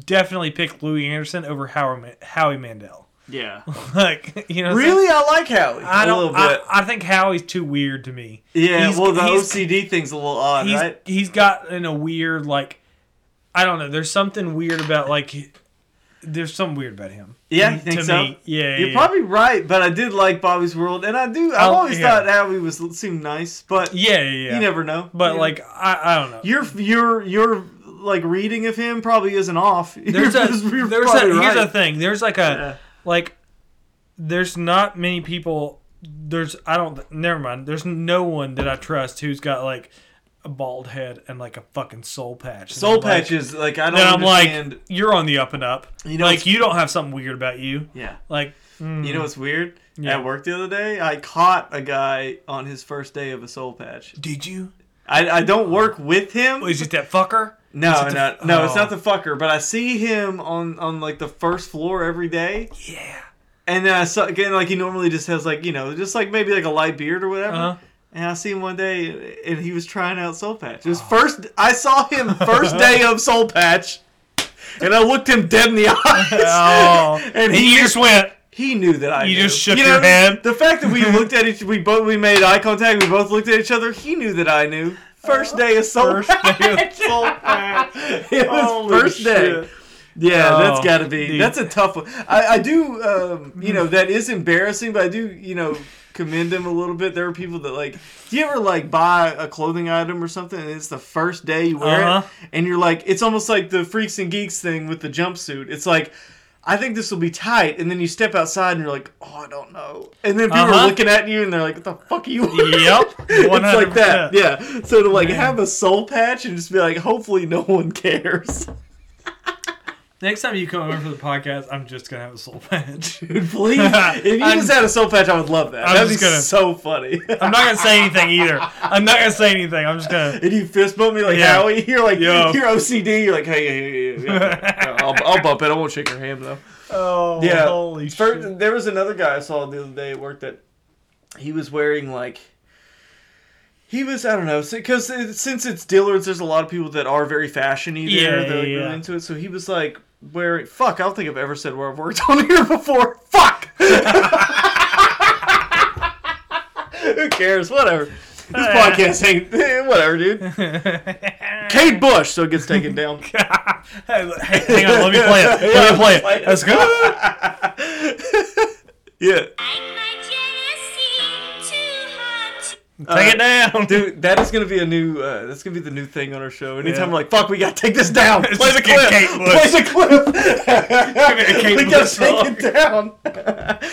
[SPEAKER 2] definitely pick Louis Anderson over Howie, Ma- Howie Mandel.
[SPEAKER 1] yeah.
[SPEAKER 2] Like, you know, what I'm saying?
[SPEAKER 1] Really, I like Howie.
[SPEAKER 2] I
[SPEAKER 1] A
[SPEAKER 2] don't.
[SPEAKER 1] little
[SPEAKER 2] I,
[SPEAKER 1] bit.
[SPEAKER 2] I think Howie's too weird to me.
[SPEAKER 1] yeah.
[SPEAKER 2] he's-
[SPEAKER 1] well, the
[SPEAKER 2] he's-
[SPEAKER 1] OCD thing's a little odd,
[SPEAKER 2] He's
[SPEAKER 1] right?
[SPEAKER 2] he's got in a weird like, I don't know. There's something weird about like, there's something weird about him.
[SPEAKER 1] Yeah,
[SPEAKER 2] to
[SPEAKER 1] you think so?
[SPEAKER 2] me. Yeah,
[SPEAKER 1] You're
[SPEAKER 2] yeah.
[SPEAKER 1] probably right, but I did like Bobby's World, and I do. I've
[SPEAKER 2] Oh,
[SPEAKER 1] always
[SPEAKER 2] yeah.
[SPEAKER 1] thought Howie was seemed nice, but
[SPEAKER 2] yeah, yeah, yeah.
[SPEAKER 1] you never know.
[SPEAKER 2] But
[SPEAKER 1] You
[SPEAKER 2] like, I, I don't know.
[SPEAKER 1] your your your like reading of him probably isn't off.
[SPEAKER 2] there's
[SPEAKER 1] You're-
[SPEAKER 2] a,
[SPEAKER 1] you're
[SPEAKER 2] there's a
[SPEAKER 1] probably
[SPEAKER 2] here's a
[SPEAKER 1] right.
[SPEAKER 2] thing. There's like a
[SPEAKER 1] Yeah.
[SPEAKER 2] like there's not many people there's I don't never mind. There's no one that I trust who's got like a bald head and like a fucking soul patch.
[SPEAKER 1] soul
[SPEAKER 2] And I'm like-
[SPEAKER 1] patches. Like I don't
[SPEAKER 2] Then I'm
[SPEAKER 1] understand.
[SPEAKER 2] like, you're on the up and up.
[SPEAKER 1] You know,
[SPEAKER 2] like
[SPEAKER 1] it's-
[SPEAKER 2] you don't have something weird about you.
[SPEAKER 1] yeah.
[SPEAKER 2] Like hmm.
[SPEAKER 1] You know what's weird?
[SPEAKER 2] mm. Yeah.
[SPEAKER 1] At work the other day, I caught a guy on his first day of a soul patch.
[SPEAKER 2] did you?
[SPEAKER 1] I, I don't work with him.
[SPEAKER 2] Is it that fucker?
[SPEAKER 1] No,
[SPEAKER 2] it the-
[SPEAKER 1] no, no, it's
[SPEAKER 2] oh.
[SPEAKER 1] not the fucker. But I see him on on like the first floor every day,
[SPEAKER 2] Yeah.
[SPEAKER 1] and then I saw again like he normally just has like you know just like maybe like a light beard or whatever.
[SPEAKER 2] Uh-huh.
[SPEAKER 1] And I see him one day, and he was trying out Soul Patch.
[SPEAKER 2] Oh.
[SPEAKER 1] His first, I saw him first day of Soul Patch, and I looked him dead in the eyes.
[SPEAKER 2] Oh.
[SPEAKER 1] and
[SPEAKER 2] and
[SPEAKER 1] he
[SPEAKER 2] you just went.
[SPEAKER 1] he knew that I.
[SPEAKER 2] You
[SPEAKER 1] knew.
[SPEAKER 2] just shook
[SPEAKER 1] know
[SPEAKER 2] your
[SPEAKER 1] what I mean?
[SPEAKER 2] hand?
[SPEAKER 1] The fact that we looked at each, we both we made eye contact. We both looked at each other. He knew that I knew. First day of Soul
[SPEAKER 2] Uh-huh. First day of soul
[SPEAKER 1] it was
[SPEAKER 2] Holy
[SPEAKER 1] first
[SPEAKER 2] shit.
[SPEAKER 1] day. Yeah,
[SPEAKER 2] Oh,
[SPEAKER 1] that's got to be.
[SPEAKER 2] dude.
[SPEAKER 1] That's a tough one. I, I do, um, you know, that is embarrassing, but I do, you know, commend them a little bit. There are people that like. Do you ever like buy a clothing item or something, and it's the first day you wear
[SPEAKER 2] Uh-huh.
[SPEAKER 1] it, and you're like, it's almost like the freaks and geeks thing with the jumpsuit. It's like. I think this will be tight, and then you step outside and you're like, "Oh, I don't know." And then people are
[SPEAKER 2] Uh-huh.
[SPEAKER 1] looking at you, and they're like, "What the fuck are you?" wearing?"
[SPEAKER 2] Yep.
[SPEAKER 1] It's like that,
[SPEAKER 2] 100%.
[SPEAKER 1] yeah. So to like have a soul patch and just be like, hopefully no one cares.
[SPEAKER 2] Next time you come over for the podcast, I'm just gonna have a soul patch.
[SPEAKER 1] Dude, please. If you
[SPEAKER 2] I'm-
[SPEAKER 1] just had a soul patch, I would love that.
[SPEAKER 2] I'm
[SPEAKER 1] That'd be
[SPEAKER 2] just gonna-
[SPEAKER 1] so funny.
[SPEAKER 2] I'm not gonna say anything either. I'm not gonna say anything. I'm just gonna.
[SPEAKER 1] and you fist bump me like
[SPEAKER 2] Yeah.
[SPEAKER 1] Howie. You're like,
[SPEAKER 2] Yo.
[SPEAKER 1] you're OCD. You're like, hey, hey, hey, hey, hey. I'll, I'll bump it. I won't shake your hand though.
[SPEAKER 2] Oh,
[SPEAKER 1] Yeah.
[SPEAKER 2] holy
[SPEAKER 1] First,
[SPEAKER 2] shit!
[SPEAKER 1] There was another guy I saw the other day at work that he was wearing like he was I don't know because since it's Dillard's, there's a lot of people that are very fashiony there. they're
[SPEAKER 2] Yeah,
[SPEAKER 1] like,
[SPEAKER 2] yeah,
[SPEAKER 1] really
[SPEAKER 2] yeah.
[SPEAKER 1] into it. So he was like wearing fuck. I don't think I've ever said where I've worked on here before. Fuck. Who cares? Whatever. This podcast ain't whatever, dude. Kate Bush, so it gets taken down.
[SPEAKER 2] Hey, look, hey, hang on, let me play it. Let me play it. Let's go.
[SPEAKER 1] Yeah.
[SPEAKER 4] I'm my jealousy too hot to
[SPEAKER 2] Take it down.
[SPEAKER 1] Dude, that is gonna be a new. Uh, that's gonna be the new thing on our show. Anytime we're like, "Fuck, we gotta take this down."
[SPEAKER 2] It's
[SPEAKER 1] Play the
[SPEAKER 2] just gonna
[SPEAKER 1] clip.
[SPEAKER 2] Kate
[SPEAKER 1] Play
[SPEAKER 2] Bush.
[SPEAKER 1] the
[SPEAKER 2] a
[SPEAKER 1] clip.
[SPEAKER 2] Kate
[SPEAKER 1] we gotta
[SPEAKER 2] Bush song.
[SPEAKER 1] take it down.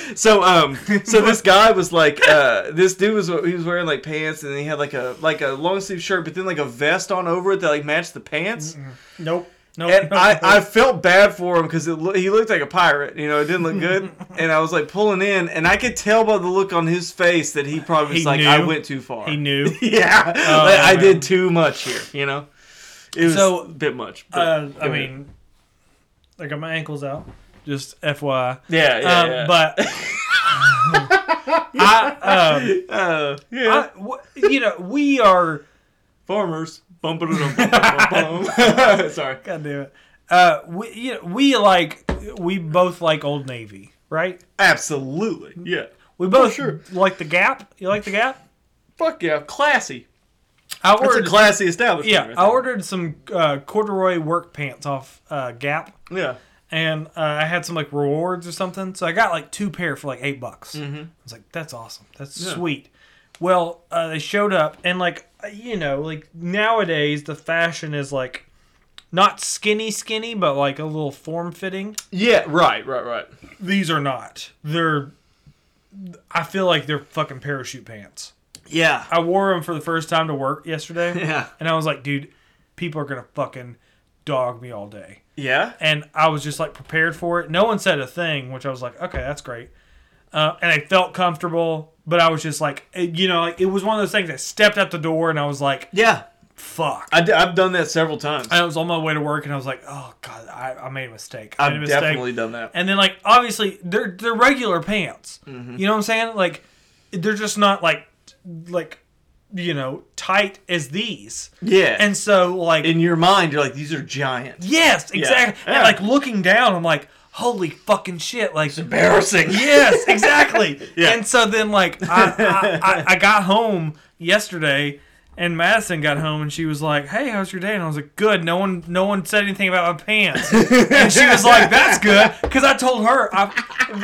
[SPEAKER 1] so, um, so this guy was like, uh, this dude was he was wearing like pants, and he had like a like a long sleeve shirt, but then like a vest on over it that like matched the pants.
[SPEAKER 2] Mm-hmm. Nope. Nope.
[SPEAKER 1] And I, I felt bad for him because lo- he looked like a pirate. You know, it didn't look good. and I was like pulling in, and I could tell by the look on his face that he probably was
[SPEAKER 2] He
[SPEAKER 1] like, "I
[SPEAKER 2] knew.
[SPEAKER 1] went too far."
[SPEAKER 2] he knew.
[SPEAKER 1] yeah, like, I
[SPEAKER 2] Oh, man.
[SPEAKER 1] did too much here. You know, it was
[SPEAKER 2] So,
[SPEAKER 1] a bit much. But
[SPEAKER 2] Uh,
[SPEAKER 1] go
[SPEAKER 2] I
[SPEAKER 1] ahead.
[SPEAKER 2] mean, I got my ankles out. Just FYI.
[SPEAKER 1] yeah, yeah,
[SPEAKER 2] Um,
[SPEAKER 1] yeah.
[SPEAKER 2] But I, um,
[SPEAKER 1] uh, yeah,
[SPEAKER 2] I, w- you know, we are.
[SPEAKER 1] farmers bumping it. Sorry.
[SPEAKER 2] God damn it. Uh, we, you know, we like. We both like Old Navy, right?
[SPEAKER 1] Absolutely.
[SPEAKER 2] Mm-hmm.
[SPEAKER 1] Yeah.
[SPEAKER 2] We both
[SPEAKER 1] sure.
[SPEAKER 2] like the Gap. You like the Gap?
[SPEAKER 1] Fuck yeah. Classy.
[SPEAKER 2] I
[SPEAKER 1] It's a
[SPEAKER 2] ordered,
[SPEAKER 1] classy establishment.
[SPEAKER 2] yeah,
[SPEAKER 1] right
[SPEAKER 2] I
[SPEAKER 1] there.
[SPEAKER 2] ordered some uh, corduroy work pants off uh, Gap,
[SPEAKER 1] Yeah.
[SPEAKER 2] and uh, I had some like rewards or something. So I got like two pair for like eight bucks. I was like, that's awesome. That's sweet. Well, uh, they showed up, and like uh, you know, like nowadays the fashion is like not skinny skinny, but like a little form fitting.
[SPEAKER 1] Yeah. Right. Right. Right.
[SPEAKER 2] These are not. They're. I feel like they're fucking parachute pants.
[SPEAKER 1] Yeah.
[SPEAKER 2] I wore them for the first time to work yesterday.
[SPEAKER 1] Yeah.
[SPEAKER 2] And I was like, dude, people are going to fucking dog me all day.
[SPEAKER 1] Yeah.
[SPEAKER 2] And I was just like prepared for it. No one said a thing, which I was like, okay, that's great. Uh, and I felt comfortable, but I was just like, eh, you know, like, it was one of those things I stepped out the door and I was like,
[SPEAKER 1] Yeah.
[SPEAKER 2] fuck.
[SPEAKER 1] I d- I've done that several times.
[SPEAKER 2] I was on my way to work and I was like, oh god, I, I made a mistake. I made a
[SPEAKER 1] I've
[SPEAKER 2] mistake.
[SPEAKER 1] definitely done that.
[SPEAKER 2] And then like obviously they're they're regular pants. You know what I'm saying? Like they're just not like like you know tight as these.
[SPEAKER 1] Yeah.
[SPEAKER 2] And so like
[SPEAKER 1] in your mind, you're like, these are giant.
[SPEAKER 2] yes, exactly.
[SPEAKER 1] yeah.
[SPEAKER 2] And like looking down, I'm like, holy fucking shit! Like
[SPEAKER 1] Embarrassing.
[SPEAKER 2] Yes, exactly.
[SPEAKER 1] Yeah.
[SPEAKER 2] And so then, like, I, I, I, I got home yesterday, and Madison got home, and she was like, "Hey, how's your day?" And I was like, "Good. No one, no one said anything about my pants." and she was like, "That's good," because I told her, I,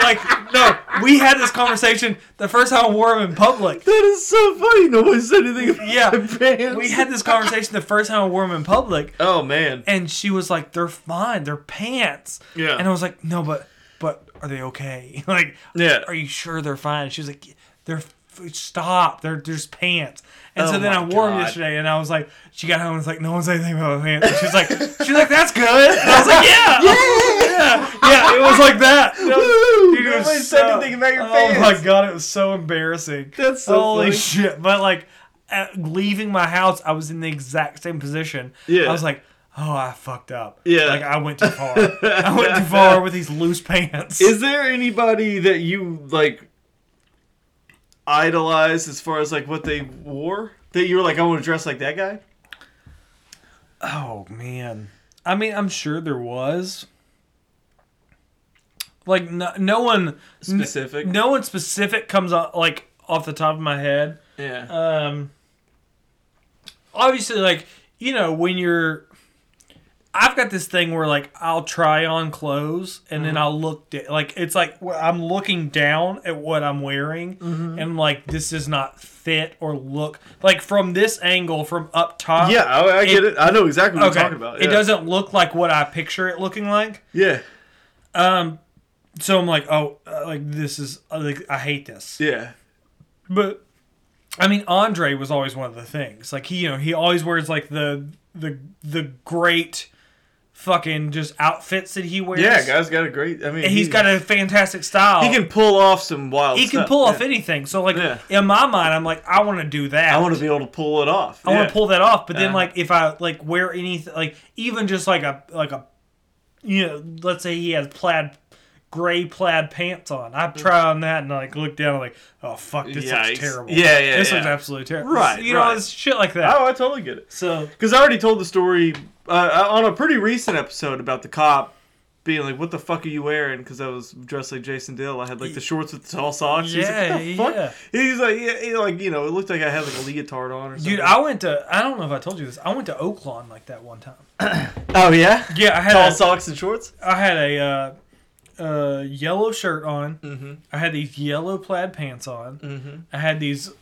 [SPEAKER 2] like, no, we had this conversation the first time I wore them in public.
[SPEAKER 1] That is so funny. No one said anything about
[SPEAKER 2] Yeah,
[SPEAKER 1] my pants.
[SPEAKER 2] We had this conversation the first time I wore them in public,
[SPEAKER 1] Oh man.
[SPEAKER 2] and she was like, "They're fine. They're pants."
[SPEAKER 1] Yeah.
[SPEAKER 2] And I was like, "No, but but are they okay? like,
[SPEAKER 1] Yeah.
[SPEAKER 2] are you sure they're fine?" She was like, "They're f- stop. They're just pants." And
[SPEAKER 1] Oh
[SPEAKER 2] so then
[SPEAKER 1] my
[SPEAKER 2] I wore them
[SPEAKER 1] God.
[SPEAKER 2] yesterday, and I was like, she got home and was like, "No one said anything about my pants." And she's like, she's like, "That's good." And I was like, "Yeah, yeah, yeah." It was like that. It was- dude, it was
[SPEAKER 1] Nobody said
[SPEAKER 2] so-
[SPEAKER 1] anything about your
[SPEAKER 2] oh
[SPEAKER 1] pants.
[SPEAKER 2] my god, it was so embarrassing.
[SPEAKER 1] That's so
[SPEAKER 2] holy
[SPEAKER 1] funny.
[SPEAKER 2] shit. But like at leaving my house, I was in the exact same position.
[SPEAKER 1] Yeah.
[SPEAKER 2] I was like, oh, I fucked up.
[SPEAKER 1] Yeah.
[SPEAKER 2] like I went too far. I went too far with these loose pants.
[SPEAKER 1] Is there anybody that you like idolize as far as like what they wore? That you were like, I want to dress like that guy?
[SPEAKER 2] oh man. I mean, I'm sure there was. Like no, no one
[SPEAKER 1] Specific.
[SPEAKER 2] no one specific comes off, like off the top of my head.
[SPEAKER 1] Yeah.
[SPEAKER 2] um obviously like you know when you're i've got this thing where like i'll try on clothes and then
[SPEAKER 1] Mm-hmm.
[SPEAKER 2] i'll look da- like it's like wh- i'm looking down at what i'm wearing
[SPEAKER 1] Mm-hmm.
[SPEAKER 2] and like this does not fit or look like from this angle from up top
[SPEAKER 1] yeah, I, I get it, I know exactly what
[SPEAKER 2] okay,
[SPEAKER 1] you're talking about.
[SPEAKER 2] it
[SPEAKER 1] yeah.
[SPEAKER 2] doesn't look like what i picture it looking like
[SPEAKER 1] Yeah.
[SPEAKER 2] so i'm like oh uh, like this is uh, like i hate this
[SPEAKER 1] Yeah.
[SPEAKER 2] But I mean, Andre was always one of the things. Like he, you know, he always wears like the the the great fucking just outfits that he wears.
[SPEAKER 1] Yeah, guy's got a great I mean
[SPEAKER 2] And he's got a fantastic style.
[SPEAKER 1] he can pull off some wild
[SPEAKER 2] he can
[SPEAKER 1] stuff,
[SPEAKER 2] pull off
[SPEAKER 1] yeah.
[SPEAKER 2] anything. So like
[SPEAKER 1] Yeah.
[SPEAKER 2] in my mind, I'm like, I want to do that.
[SPEAKER 1] I want to be able to pull it off.
[SPEAKER 2] I want to pull that off. But then
[SPEAKER 1] Uh-huh.
[SPEAKER 2] like if I like wear anything, like even just like a like a, you know, let's say he has plaid. Gray plaid pants on. I try on that and like look down. I'm like, oh fuck, this
[SPEAKER 1] Mm. Yikes.
[SPEAKER 2] looks terrible.
[SPEAKER 1] Yeah, yeah,
[SPEAKER 2] This
[SPEAKER 1] yeah.
[SPEAKER 2] looks absolutely terrible.
[SPEAKER 1] Right,
[SPEAKER 2] you know,
[SPEAKER 1] right.
[SPEAKER 2] it's shit like that.
[SPEAKER 1] Oh, I totally get it.
[SPEAKER 2] So
[SPEAKER 1] Because I already told the story uh, on a pretty recent episode about the cop being like, "What the fuck are you wearing?" Because I was dressed like Jason Dill. I had like the shorts with the tall socks.
[SPEAKER 2] Yeah,
[SPEAKER 1] He's like, what the fuck? He's like, yeah, he, like you know, it looked like I had like a leotard on or something.
[SPEAKER 2] dude, I went to. I don't know if I told you this. I went to Oaklawn like that one time.
[SPEAKER 1] oh yeah,
[SPEAKER 2] Yeah, I had
[SPEAKER 1] tall
[SPEAKER 2] a,
[SPEAKER 1] socks and shorts.
[SPEAKER 2] I had a uh, uh, yellow shirt on. Mm-hmm. I had these yellow plaid pants on. Mm-hmm. I had these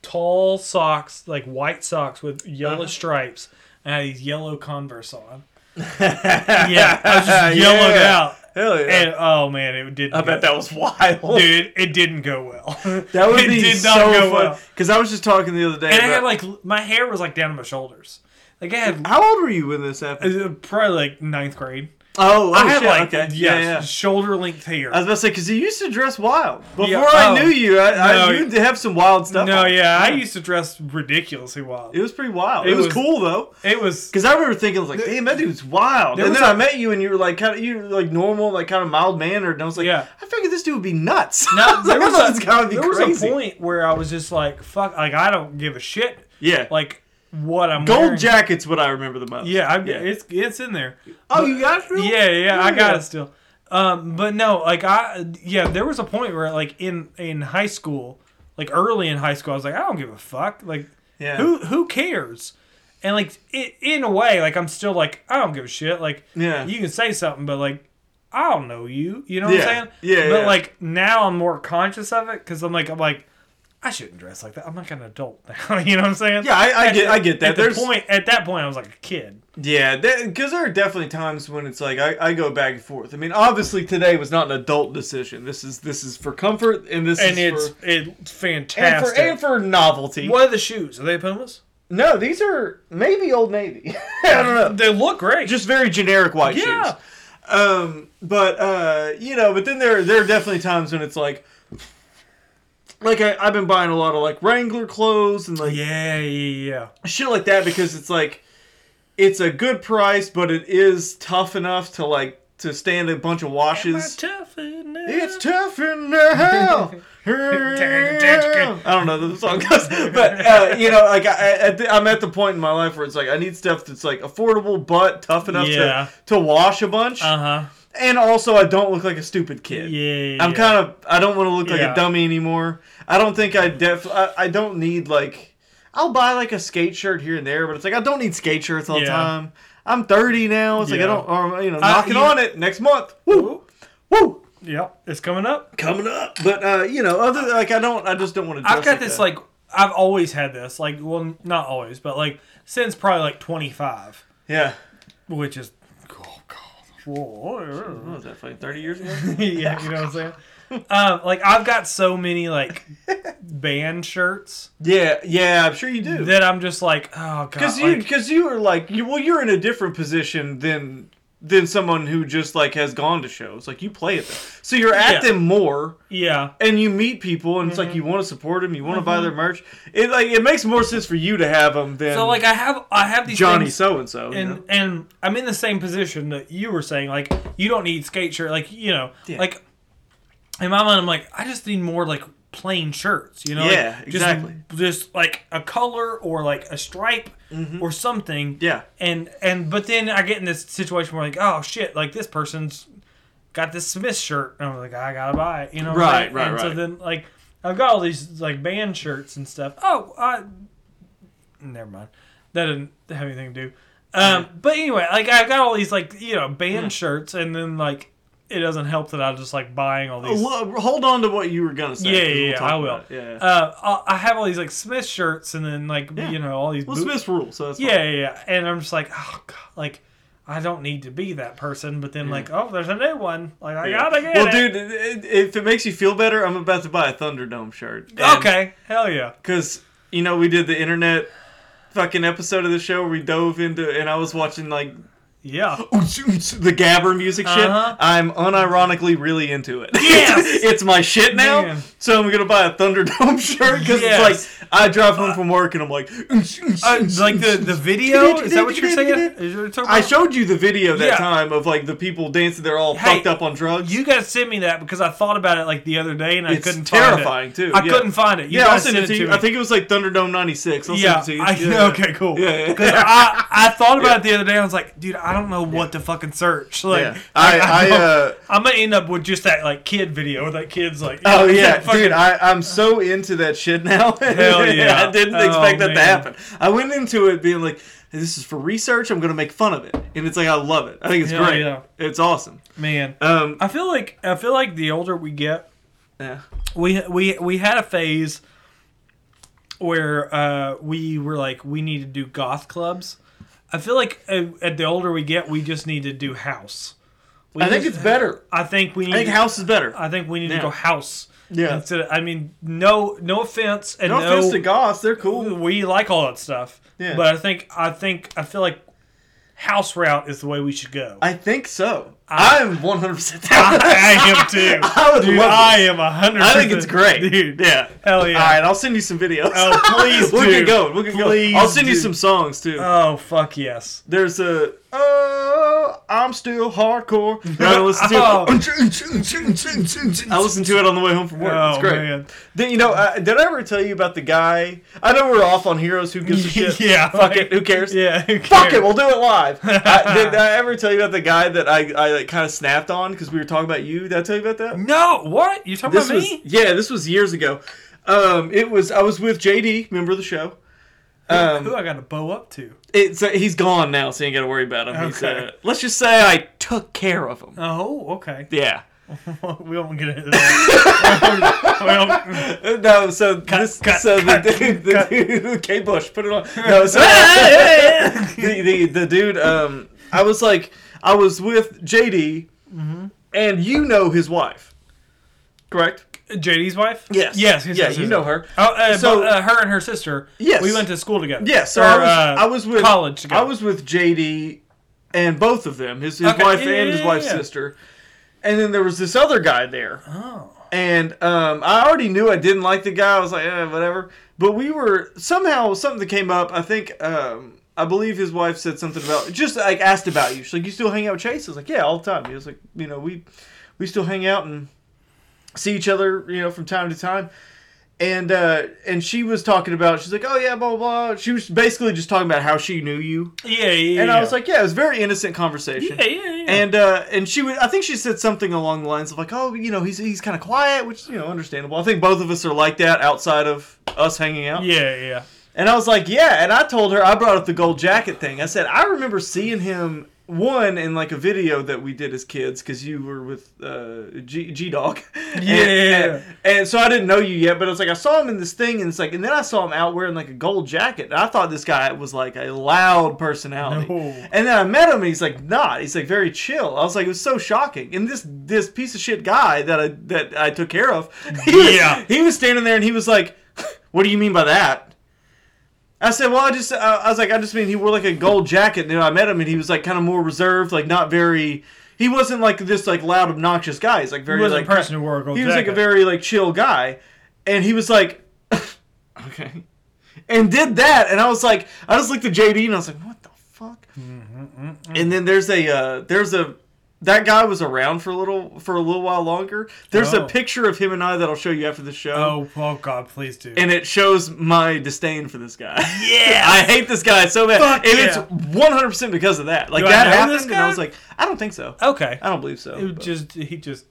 [SPEAKER 2] tall socks, like white socks with yellow
[SPEAKER 1] Uh-huh.
[SPEAKER 2] stripes. I had these yellow Converse on. yeah, I was just yellowed
[SPEAKER 1] Yeah.
[SPEAKER 2] out.
[SPEAKER 1] Hell yeah!
[SPEAKER 2] And oh man, it didn't.
[SPEAKER 1] I bet that was wild.
[SPEAKER 2] dude, it didn't go well.
[SPEAKER 1] that would
[SPEAKER 2] it
[SPEAKER 1] be
[SPEAKER 2] did
[SPEAKER 1] so
[SPEAKER 2] not go
[SPEAKER 1] fun.
[SPEAKER 2] well.
[SPEAKER 1] Because I was just talking the other day.
[SPEAKER 2] and I had
[SPEAKER 1] about-
[SPEAKER 2] like l- my hair was like down to my shoulders. Like I had
[SPEAKER 1] how old were you when this happened?
[SPEAKER 2] uh, probably like ninth grade.
[SPEAKER 1] Oh, oh
[SPEAKER 2] I had
[SPEAKER 1] shit,
[SPEAKER 2] like
[SPEAKER 1] okay.
[SPEAKER 2] yeah,
[SPEAKER 1] yeah, yeah.
[SPEAKER 2] shoulder length hair.
[SPEAKER 1] I was about to say because you used to dress wild. Before
[SPEAKER 2] Yeah,
[SPEAKER 1] I
[SPEAKER 2] oh.
[SPEAKER 1] knew you, I, I
[SPEAKER 2] No,
[SPEAKER 1] you to have some wild stuff.
[SPEAKER 2] no,
[SPEAKER 1] on.
[SPEAKER 2] yeah, I used to dress ridiculously wild.
[SPEAKER 1] It was pretty wild. It,
[SPEAKER 2] It
[SPEAKER 1] was,
[SPEAKER 2] was-
[SPEAKER 1] cool though,
[SPEAKER 2] It was
[SPEAKER 1] because I remember thinking I was like, "Damn, that dude's wild."
[SPEAKER 2] There
[SPEAKER 1] And
[SPEAKER 2] was
[SPEAKER 1] then I
[SPEAKER 2] a-
[SPEAKER 1] met you, and you were like, kind of, you were like normal, like kind of mild mannered, and I was like,
[SPEAKER 2] Yeah.
[SPEAKER 1] I figured this dude would be nuts." I
[SPEAKER 2] no,
[SPEAKER 1] was like,
[SPEAKER 2] there was,
[SPEAKER 1] "This
[SPEAKER 2] a,
[SPEAKER 1] gotta be
[SPEAKER 2] there was a
[SPEAKER 1] crazy."
[SPEAKER 2] point where I was just like, fuck, like I don't give a shit,
[SPEAKER 1] Yeah, like
[SPEAKER 2] like what I'm
[SPEAKER 1] gold
[SPEAKER 2] wearing.
[SPEAKER 1] jackets, what I remember the most.
[SPEAKER 2] Yeah, I,
[SPEAKER 1] Yeah.
[SPEAKER 2] it's it's in there.
[SPEAKER 1] Oh, you got it? really?
[SPEAKER 2] Yeah, yeah, I got
[SPEAKER 1] Yeah.
[SPEAKER 2] it still. Um, but no, like I, yeah, there was a point where like in in high school, like early in high school, I was like, I don't give a fuck. Like,
[SPEAKER 1] Yeah.
[SPEAKER 2] who who cares? And like it, in a way, like I'm still like I don't give a shit. Like,
[SPEAKER 1] Yeah.
[SPEAKER 2] you can say something, but like I don't know you. You know
[SPEAKER 1] Yeah.
[SPEAKER 2] what I'm saying?
[SPEAKER 1] Yeah,
[SPEAKER 2] But
[SPEAKER 1] yeah.
[SPEAKER 2] like now I'm more conscious of it because I'm like I'm like. I shouldn't dress like that. I'm like an adult now. you know what I'm saying?
[SPEAKER 1] Yeah, I- I
[SPEAKER 2] At
[SPEAKER 1] get-
[SPEAKER 2] the-
[SPEAKER 1] I get that.
[SPEAKER 2] At, the
[SPEAKER 1] There's-
[SPEAKER 2] point, at that point, I was like a kid.
[SPEAKER 1] Yeah, because there are definitely times when it's like I, I go back and forth. I mean, obviously today was not an adult decision. This is this is for comfort, and this
[SPEAKER 2] and
[SPEAKER 1] is
[SPEAKER 2] it's
[SPEAKER 1] for,
[SPEAKER 2] it's
[SPEAKER 1] and for
[SPEAKER 2] fantastic.
[SPEAKER 1] and for novelty.
[SPEAKER 2] What are the shoes? Are they Pumas?
[SPEAKER 1] No, these are maybe Old Navy. I don't know.
[SPEAKER 2] They look great.
[SPEAKER 1] Just very generic white
[SPEAKER 2] Yeah.
[SPEAKER 1] shoes. Um, but uh, you know, but then there there are definitely times when it's like like I, I've been buying a lot of like Wrangler clothes and like
[SPEAKER 2] Yeah, yeah, yeah.
[SPEAKER 1] shit like that because it's like it's a good price, but it is tough enough to like to stand a bunch of washes.
[SPEAKER 2] tough enough?
[SPEAKER 1] It's tough in the hell. I don't know the song goes, but uh, you know, like I, I, at the- I'm at the point in my life where it's like I need stuff that's like affordable but tough enough
[SPEAKER 2] Yeah.
[SPEAKER 1] to to wash a bunch,
[SPEAKER 2] Uh huh.
[SPEAKER 1] and also I don't look like a stupid kid.
[SPEAKER 2] Yeah.
[SPEAKER 1] I'm kind of I don't want to look like
[SPEAKER 2] Yeah.
[SPEAKER 1] a dummy anymore. I don't think I def I, I don't need like I'll buy like a skate shirt here and there, but it's like I don't need skate shirts all the
[SPEAKER 2] Yeah.
[SPEAKER 1] time. I'm 30 now. It's
[SPEAKER 2] Yeah.
[SPEAKER 1] like I don't or you know knocking
[SPEAKER 2] you-
[SPEAKER 1] on it next month. Woo woo
[SPEAKER 2] Yep. It's coming up.
[SPEAKER 1] coming up. But uh you know other like I don't I just don't want to.
[SPEAKER 2] I've got this like I've always had this like well not always but like since probably like 25
[SPEAKER 1] yeah.
[SPEAKER 2] which is oh god Whoa.
[SPEAKER 1] What was that fucking 30 years ago?
[SPEAKER 2] yeah you know what I'm saying um, like I've got so many like band shirts
[SPEAKER 1] yeah yeah I'm sure you do.
[SPEAKER 2] that I'm just like oh god
[SPEAKER 1] Because you
[SPEAKER 2] like,
[SPEAKER 1] because you were uh, like you well you're in a different position than than someone who just like has gone to shows like you play it so you're at
[SPEAKER 2] Yeah.
[SPEAKER 1] them more
[SPEAKER 2] yeah
[SPEAKER 1] and you meet people and it's like you want to support them you want to buy their merch it like it makes more sense for you to have them than
[SPEAKER 2] so like I have I have these
[SPEAKER 1] Johnny
[SPEAKER 2] things-
[SPEAKER 1] so and so
[SPEAKER 2] and and I'm in the same position that you were saying. Like you don't need skate shirt. Like you know,
[SPEAKER 1] Yeah.
[SPEAKER 2] like in my mind, I'm like I just need more like plain shirts. You know, like,
[SPEAKER 1] Yeah,
[SPEAKER 2] just-
[SPEAKER 1] exactly.
[SPEAKER 2] Just, like a color or like a stripe
[SPEAKER 1] Mm-hmm.
[SPEAKER 2] or something.
[SPEAKER 1] Yeah.
[SPEAKER 2] And and but then I get in this situation where like oh shit, like this person's got this Smith shirt, and I'm like I gotta buy it. You know, what I'm
[SPEAKER 1] Right,
[SPEAKER 2] saying?
[SPEAKER 1] right,
[SPEAKER 2] and So
[SPEAKER 1] right.
[SPEAKER 2] then like I've got all these like band shirts and stuff. Oh, I never mind. That didn't have anything to do. Um, but anyway, like I've got all these like you know band
[SPEAKER 1] Hmm.
[SPEAKER 2] shirts, and then like it doesn't help that I just like buying all these.
[SPEAKER 1] Oh, Well, hold on to what you were gonna say
[SPEAKER 2] yeah,
[SPEAKER 1] 'cause
[SPEAKER 2] yeah,
[SPEAKER 1] we'll
[SPEAKER 2] yeah,
[SPEAKER 1] talk
[SPEAKER 2] I will.
[SPEAKER 1] about it. yeah, yeah.
[SPEAKER 2] Uh, I- I have all these like Smith shirts, and then like
[SPEAKER 1] Yeah.
[SPEAKER 2] you know all these.
[SPEAKER 1] well
[SPEAKER 2] boot-
[SPEAKER 1] Smith's rule so that's
[SPEAKER 2] yeah, yeah, yeah, and I'm just like, oh god, like I don't need to be that person. But then like, oh, there's a new one. Like I
[SPEAKER 1] fine.
[SPEAKER 2] gotta get
[SPEAKER 1] Mm. well
[SPEAKER 2] it.
[SPEAKER 1] dude it, if it makes you feel better I'm about to buy a Thunderdome shirt And-
[SPEAKER 2] Okay, hell yeah.
[SPEAKER 1] because you know we did the internet fucking episode of the show where we dove into and i was watching like
[SPEAKER 2] Yeah.
[SPEAKER 1] the gabber music shit
[SPEAKER 2] Uh-huh.
[SPEAKER 1] i'm unironically really into it
[SPEAKER 2] Yes!
[SPEAKER 1] it's my shit now
[SPEAKER 2] Man.
[SPEAKER 1] so i'm gonna buy a thunderdome shirt because
[SPEAKER 2] Yes.
[SPEAKER 1] it's like i drive home from work and i'm like
[SPEAKER 2] Uh, like the, the video? Is that what you're saying? Is what you're talking
[SPEAKER 1] i
[SPEAKER 2] about?
[SPEAKER 1] showed you the video that
[SPEAKER 2] Yeah.
[SPEAKER 1] time of like the people dancing they're all
[SPEAKER 2] Hey,
[SPEAKER 1] fucked up on drugs
[SPEAKER 2] You guys sent me that because I thought about it like the other day and I
[SPEAKER 1] It's
[SPEAKER 2] couldn't
[SPEAKER 1] terrifying,
[SPEAKER 2] find it.
[SPEAKER 1] too,
[SPEAKER 2] I
[SPEAKER 1] yeah.
[SPEAKER 2] couldn't find it. You
[SPEAKER 1] yeah, I'll
[SPEAKER 2] guys
[SPEAKER 1] send it to you.
[SPEAKER 2] me.
[SPEAKER 1] I think it was like Thunderdome '96. I'll
[SPEAKER 2] yeah,
[SPEAKER 1] send it to you.
[SPEAKER 2] I,
[SPEAKER 1] Yeah.
[SPEAKER 2] okay, cool.
[SPEAKER 1] Yeah, yeah.
[SPEAKER 2] 'Cause I, I thought about it the other day. I was like, dude, I don't know what to fucking search. Like,
[SPEAKER 1] Yeah. I, I,
[SPEAKER 2] don't-
[SPEAKER 1] uh,
[SPEAKER 2] I'm gonna end up with just that like kid video where that kid's like,
[SPEAKER 1] Oh yeah,
[SPEAKER 2] fucking-
[SPEAKER 1] dude! I, I'm so into that shit now.
[SPEAKER 2] Hell yeah.
[SPEAKER 1] I didn't
[SPEAKER 2] Oh,
[SPEAKER 1] expect that
[SPEAKER 2] man.
[SPEAKER 1] to happen. I went into it being like, "This is for research. I'm gonna make fun of it," and it's like I love it. I think it's
[SPEAKER 2] Hell
[SPEAKER 1] great.
[SPEAKER 2] yeah.
[SPEAKER 1] It's awesome.
[SPEAKER 2] man.
[SPEAKER 1] Um,
[SPEAKER 2] I feel like I feel like the older we get,
[SPEAKER 1] yeah.
[SPEAKER 2] we we we had a phase where uh, we were like we need to do goth clubs. I feel like uh, at the older we get, we just need to do house. We
[SPEAKER 1] I think
[SPEAKER 2] just-
[SPEAKER 1] it's better.
[SPEAKER 2] I think we need.
[SPEAKER 1] I think house is better.
[SPEAKER 2] I think we need to
[SPEAKER 1] Yeah.
[SPEAKER 2] go house.
[SPEAKER 1] Yeah.
[SPEAKER 2] Instead of- I mean, no, no offense, and
[SPEAKER 1] No
[SPEAKER 2] no,
[SPEAKER 1] offense to goths, they're cool.
[SPEAKER 2] we like all that stuff.
[SPEAKER 1] Yeah.
[SPEAKER 2] But I think I think I feel like house route is the way we should go.
[SPEAKER 1] I think so. I'm 100 percent down.
[SPEAKER 2] I, am too.
[SPEAKER 1] I would
[SPEAKER 2] Dude,
[SPEAKER 1] love
[SPEAKER 2] I am a hundred.
[SPEAKER 1] I think it's great,
[SPEAKER 2] dude.
[SPEAKER 1] Yeah.
[SPEAKER 2] Hell yeah.
[SPEAKER 1] All right, I'll send you some videos.
[SPEAKER 2] Oh, please
[SPEAKER 1] we'll
[SPEAKER 2] do.
[SPEAKER 1] get going. We'll get
[SPEAKER 2] Please
[SPEAKER 1] going. I'll send you
[SPEAKER 2] do.
[SPEAKER 1] some songs too.
[SPEAKER 2] Oh fuck yes.
[SPEAKER 1] There's a oh, I'm still hardcore. And I listen to
[SPEAKER 2] Oh.
[SPEAKER 1] I listened to it on the way home from work.
[SPEAKER 2] Oh,
[SPEAKER 1] it's great.
[SPEAKER 2] man.
[SPEAKER 1] Then you know, uh, did I ever tell you about the guy? I know we're off on heroes. Who gives a shit?
[SPEAKER 2] yeah.
[SPEAKER 1] fuck
[SPEAKER 2] like-
[SPEAKER 1] it. Who cares?
[SPEAKER 2] Yeah. who
[SPEAKER 1] Fuck
[SPEAKER 2] cares?
[SPEAKER 1] it, we'll do it live. I, did I ever tell you about the guy that I, I like, kind of snapped on because we were talking about you? Did I tell you about that?
[SPEAKER 2] No. What? You talking
[SPEAKER 1] This
[SPEAKER 2] about
[SPEAKER 1] was
[SPEAKER 2] me?
[SPEAKER 1] yeah, this was years ago. Um, it was I was with JD, member of the show. Um,
[SPEAKER 2] Who I got to bow up to?
[SPEAKER 1] it's uh, he's gone now, so you ain't got to worry about him. He's,
[SPEAKER 2] Okay.
[SPEAKER 1] uh, let's just say I took care of him.
[SPEAKER 2] Oh, okay.
[SPEAKER 1] Yeah.
[SPEAKER 2] we won't get into that. we don't-
[SPEAKER 1] Uh, No, so this,
[SPEAKER 2] cut,
[SPEAKER 1] so
[SPEAKER 2] cut,
[SPEAKER 1] the dude, the dude, K. Bush, put it on. No, so the, the the dude, um, I was like, I was with JD, Mm-hmm. and you know his wife, correct?
[SPEAKER 2] JD's wife?
[SPEAKER 1] Yes.
[SPEAKER 2] Yes. yes,
[SPEAKER 1] Yeah,
[SPEAKER 2] yes,
[SPEAKER 1] you
[SPEAKER 2] yes,
[SPEAKER 1] know
[SPEAKER 2] yes.
[SPEAKER 1] her.
[SPEAKER 2] Oh, uh,
[SPEAKER 1] So-
[SPEAKER 2] so uh, her and her sister.
[SPEAKER 1] Yes.
[SPEAKER 2] We went to school together.
[SPEAKER 1] Yeah, so
[SPEAKER 2] Or,
[SPEAKER 1] I was,
[SPEAKER 2] uh,
[SPEAKER 1] I was with
[SPEAKER 2] college together.
[SPEAKER 1] I was with JD and both of them, his his
[SPEAKER 2] Okay,
[SPEAKER 1] wife
[SPEAKER 2] yeah,
[SPEAKER 1] and his
[SPEAKER 2] yeah,
[SPEAKER 1] wife's
[SPEAKER 2] yeah.
[SPEAKER 1] sister, and then there was this other guy there,
[SPEAKER 2] Oh.
[SPEAKER 1] and um, I already knew I didn't like the guy. I was like, eh, whatever. But we were somehow something came up. I think um, I believe his wife said something about just like asked about you. She's like, you still hang out with Chase? I was like, yeah, all the time. He was like, you know, we we still hang out and see each other, you know, from time to time. And uh, and she was talking about she's like, oh yeah, blah blah. blah. She was basically just talking about how she knew you.
[SPEAKER 2] Yeah, yeah.
[SPEAKER 1] And
[SPEAKER 2] yeah.
[SPEAKER 1] I was like, yeah, it was a very innocent conversation.
[SPEAKER 2] yeah, yeah, yeah.
[SPEAKER 1] And uh, and she would, I think she said something along the lines of like, oh, you know, he's he's kind of quiet, which you know, understandable. I think both of us are like that outside of us hanging out.
[SPEAKER 2] yeah, yeah.
[SPEAKER 1] And I was like, yeah. And I told her I brought up the gold jacket thing. I said I remember seeing him one in like a video that we did as kids because you were with uh, G G Dog.
[SPEAKER 2] Yeah.
[SPEAKER 1] And, and so I didn't know you yet, but I was like, I saw him in this thing, and it's like, and then I saw him out wearing like a gold jacket, and I thought this guy was like a loud personality.
[SPEAKER 2] No.
[SPEAKER 1] And then I met him, and he's like not. He's like very chill. I was like, it was so shocking. And this this piece of shit guy that I that I took care of, he was-
[SPEAKER 2] Yeah.
[SPEAKER 1] he was standing there, and he was like, "What do you mean by that?" I said, "Well, I just uh, I was like, I just mean he wore like a gold jacket." And then I met him, and he was like kind of more reserved, like not very. He wasn't like this like loud obnoxious guy. He's like very
[SPEAKER 2] He was
[SPEAKER 1] like
[SPEAKER 2] a person who wore a gold
[SPEAKER 1] he was like a
[SPEAKER 2] jacket.
[SPEAKER 1] very like chill guy, and he was like, okay, and did that, and I was like, I just looked at JD and I was like, what the fuck?
[SPEAKER 2] Mm-hmm.
[SPEAKER 1] And then there's a uh, there's a that guy was around for a little for a little while longer. There's
[SPEAKER 2] Oh.
[SPEAKER 1] a picture of him and I that I'll show you after the show,
[SPEAKER 2] Oh, oh God, please do.
[SPEAKER 1] and it shows my disdain for this guy.
[SPEAKER 2] yeah.
[SPEAKER 1] I hate this guy so bad,
[SPEAKER 2] Fuck
[SPEAKER 1] and
[SPEAKER 2] yeah.
[SPEAKER 1] it's 100 percent because of that. Like
[SPEAKER 2] Do I
[SPEAKER 1] that
[SPEAKER 2] know
[SPEAKER 1] happened,
[SPEAKER 2] this
[SPEAKER 1] and I
[SPEAKER 2] guy?
[SPEAKER 1] was like, I don't think so.
[SPEAKER 2] okay.
[SPEAKER 1] I don't believe so.
[SPEAKER 2] It was
[SPEAKER 1] but-
[SPEAKER 2] just he just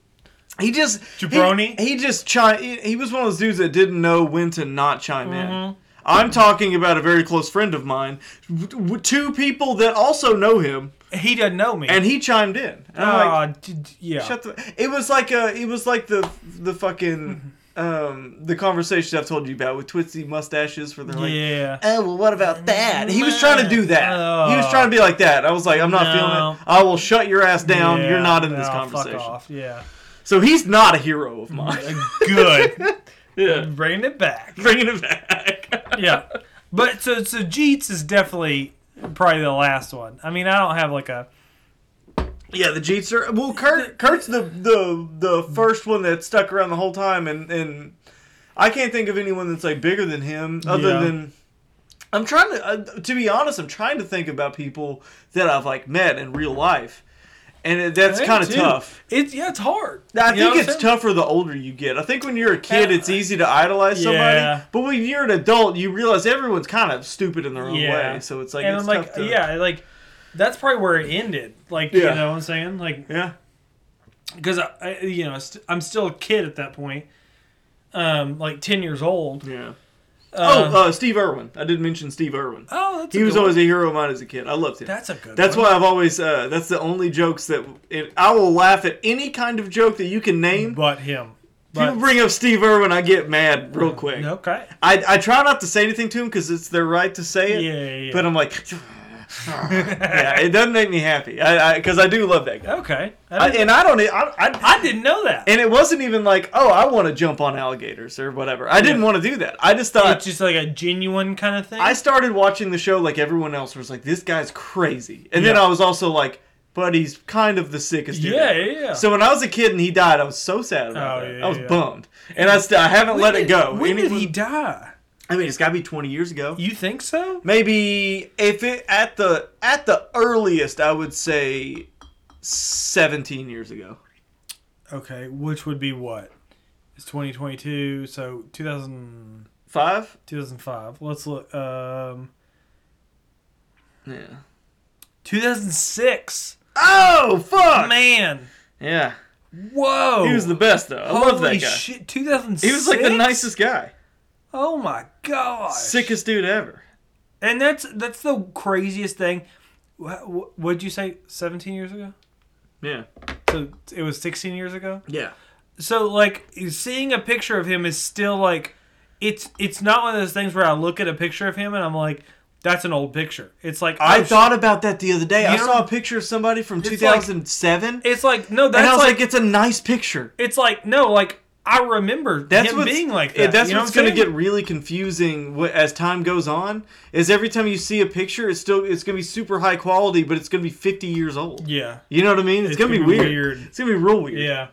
[SPEAKER 1] he just
[SPEAKER 2] Jabroni?
[SPEAKER 1] He, he just chi- he, he was one of those dudes that didn't know when to not chime
[SPEAKER 2] Mm-hmm.
[SPEAKER 1] in. I'm talking about a very close friend of mine, w- w- two people that also know him,
[SPEAKER 2] he doesn't know me.
[SPEAKER 1] and he chimed in. And I'm like,
[SPEAKER 2] Ah, d- d- yeah.
[SPEAKER 1] shut the. It was like a. It was like the the fucking
[SPEAKER 2] Mm-hmm.
[SPEAKER 1] um the conversation I've told you about with twisty mustaches for the like.
[SPEAKER 2] yeah.
[SPEAKER 1] Oh well, what about that? He was trying to do that. he was
[SPEAKER 2] Oh.
[SPEAKER 1] trying to be like that. I was like, I'm not
[SPEAKER 2] No.
[SPEAKER 1] feeling it. I will shut your ass down.
[SPEAKER 2] Yeah.
[SPEAKER 1] You're not in this
[SPEAKER 2] No,
[SPEAKER 1] conversation.
[SPEAKER 2] Fuck off. Yeah.
[SPEAKER 1] So he's not a hero of mine.
[SPEAKER 2] Good.
[SPEAKER 1] yeah.
[SPEAKER 2] Bringing it back.
[SPEAKER 1] bringing it back.
[SPEAKER 2] Yeah. But so so Jeets is definitely probably the last one. I mean, I don't have like a
[SPEAKER 1] yeah, the Jeets are well. Kurt, Kurt's the the the first one that stuck around the whole time, and and I can't think of anyone that's like bigger than him, other
[SPEAKER 2] Yeah.
[SPEAKER 1] than. I'm trying to, uh, to be honest. I'm trying to think about people that I've like met in real life, and it, that's
[SPEAKER 2] I am
[SPEAKER 1] kind of
[SPEAKER 2] too.
[SPEAKER 1] tough.
[SPEAKER 2] It's yeah, it's hard.
[SPEAKER 1] I
[SPEAKER 2] You know
[SPEAKER 1] think
[SPEAKER 2] what I'm
[SPEAKER 1] it's
[SPEAKER 2] saying?
[SPEAKER 1] tougher the older you get. I think when you're a kid, it's easy to idolize somebody,
[SPEAKER 2] Yeah.
[SPEAKER 1] but when you're an adult, you realize everyone's kind of stupid in their own
[SPEAKER 2] Yeah.
[SPEAKER 1] way. So it's like,
[SPEAKER 2] and
[SPEAKER 1] it's
[SPEAKER 2] I'm
[SPEAKER 1] tough
[SPEAKER 2] like,
[SPEAKER 1] to-
[SPEAKER 2] yeah, like that's probably where it ended. Like, you
[SPEAKER 1] Yeah.
[SPEAKER 2] know what I'm saying? Like,
[SPEAKER 1] yeah.
[SPEAKER 2] because I, I, you know, st- I'm still a kid at that point, um, like ten years old.
[SPEAKER 1] Yeah.
[SPEAKER 2] Uh,
[SPEAKER 1] oh, uh, Steve Irwin. I did mention Steve Irwin.
[SPEAKER 2] oh, that's
[SPEAKER 1] he
[SPEAKER 2] a
[SPEAKER 1] was
[SPEAKER 2] good
[SPEAKER 1] always
[SPEAKER 2] one.
[SPEAKER 1] a hero of mine as a kid. I loved him.
[SPEAKER 2] that's a good.
[SPEAKER 1] That's
[SPEAKER 2] one.
[SPEAKER 1] why I've always. Uh, that's the only jokes that it, I will laugh at any kind of joke that you can name.
[SPEAKER 2] Mm, but him.
[SPEAKER 1] People bring up Steve Irwin, I get mad real quick.
[SPEAKER 2] okay.
[SPEAKER 1] I, I try not to say anything to him because it's their right to say
[SPEAKER 2] Yeah,
[SPEAKER 1] it.
[SPEAKER 2] yeah, yeah.
[SPEAKER 1] But uh, I'm like, yeah, it doesn't make me happy. I because I, do love that guy,
[SPEAKER 2] okay. I
[SPEAKER 1] I,
[SPEAKER 2] didn't,
[SPEAKER 1] and I don't. e, I, I,
[SPEAKER 2] I didn't know that.
[SPEAKER 1] and it wasn't even like, oh, I want to jump on alligators or whatever. I didn't
[SPEAKER 2] Yeah.
[SPEAKER 1] want to do that. I just thought
[SPEAKER 2] it's just like a genuine kind of thing.
[SPEAKER 1] uh, I started watching the show like everyone else was like, this guy's crazy. And then
[SPEAKER 2] Yeah.
[SPEAKER 1] I was also like, but he's kind of the sickest dude.
[SPEAKER 2] yeah,
[SPEAKER 1] ever."
[SPEAKER 2] yeah, yeah.
[SPEAKER 1] So when I was a kid and he died, I was so sad about
[SPEAKER 2] Oh,
[SPEAKER 1] that.
[SPEAKER 2] yeah,
[SPEAKER 1] I was
[SPEAKER 2] yeah.
[SPEAKER 1] bummed. And I, st- I haven't
[SPEAKER 2] When
[SPEAKER 1] let
[SPEAKER 2] did-
[SPEAKER 1] it go.
[SPEAKER 2] When did
[SPEAKER 1] Anyone-
[SPEAKER 2] he die?
[SPEAKER 1] I mean, it's got to be 20 years ago.
[SPEAKER 2] You think so?
[SPEAKER 1] Maybe if it at the at the earliest, I would say 17 years ago.
[SPEAKER 2] Okay, which would be what? It's 2022, so 2000,
[SPEAKER 1] Five?
[SPEAKER 2] 2005. Let's look. Um,
[SPEAKER 1] Yeah.
[SPEAKER 2] 2006.
[SPEAKER 1] Oh fuck!
[SPEAKER 2] Man,
[SPEAKER 1] Yeah.
[SPEAKER 2] whoa.
[SPEAKER 1] He was the best though. I
[SPEAKER 2] Holy
[SPEAKER 1] love that guy.
[SPEAKER 2] shit, 2006.
[SPEAKER 1] He was like the nicest guy,
[SPEAKER 2] Oh my god.
[SPEAKER 1] sickest dude ever.
[SPEAKER 2] And that's that's the craziest thing. What would you say? 17 years ago?
[SPEAKER 1] Yeah.
[SPEAKER 2] So it was 16 years ago.
[SPEAKER 1] Yeah.
[SPEAKER 2] So like seeing a picture of him is still like it's it's not one of those things where I look at a picture of him and I'm like that's an old picture. It's like
[SPEAKER 1] I
[SPEAKER 2] oh, sh-
[SPEAKER 1] thought about that the other day. I
[SPEAKER 2] You know-
[SPEAKER 1] saw a picture of somebody from
[SPEAKER 2] like-
[SPEAKER 1] 2007,
[SPEAKER 2] it's like no
[SPEAKER 1] and
[SPEAKER 2] that's
[SPEAKER 1] I was
[SPEAKER 2] like,
[SPEAKER 1] like, "It's a nice picture."
[SPEAKER 2] it's like no like I remember
[SPEAKER 1] That's
[SPEAKER 2] him
[SPEAKER 1] what's-
[SPEAKER 2] being like
[SPEAKER 1] yeah,
[SPEAKER 2] that.
[SPEAKER 1] that's
[SPEAKER 2] You know
[SPEAKER 1] what's
[SPEAKER 2] what I'm
[SPEAKER 1] going to
[SPEAKER 2] saying?
[SPEAKER 1] get really confusing wh- as time goes on. Is every time you see a picture, it's still it's going to be super high quality, but it's going to be 50 years old.
[SPEAKER 2] yeah
[SPEAKER 1] You know what I mean? It's,
[SPEAKER 2] It's
[SPEAKER 1] going to be
[SPEAKER 2] gonna be
[SPEAKER 1] weird.
[SPEAKER 2] weird.
[SPEAKER 1] It's going to be real weird.
[SPEAKER 2] yeah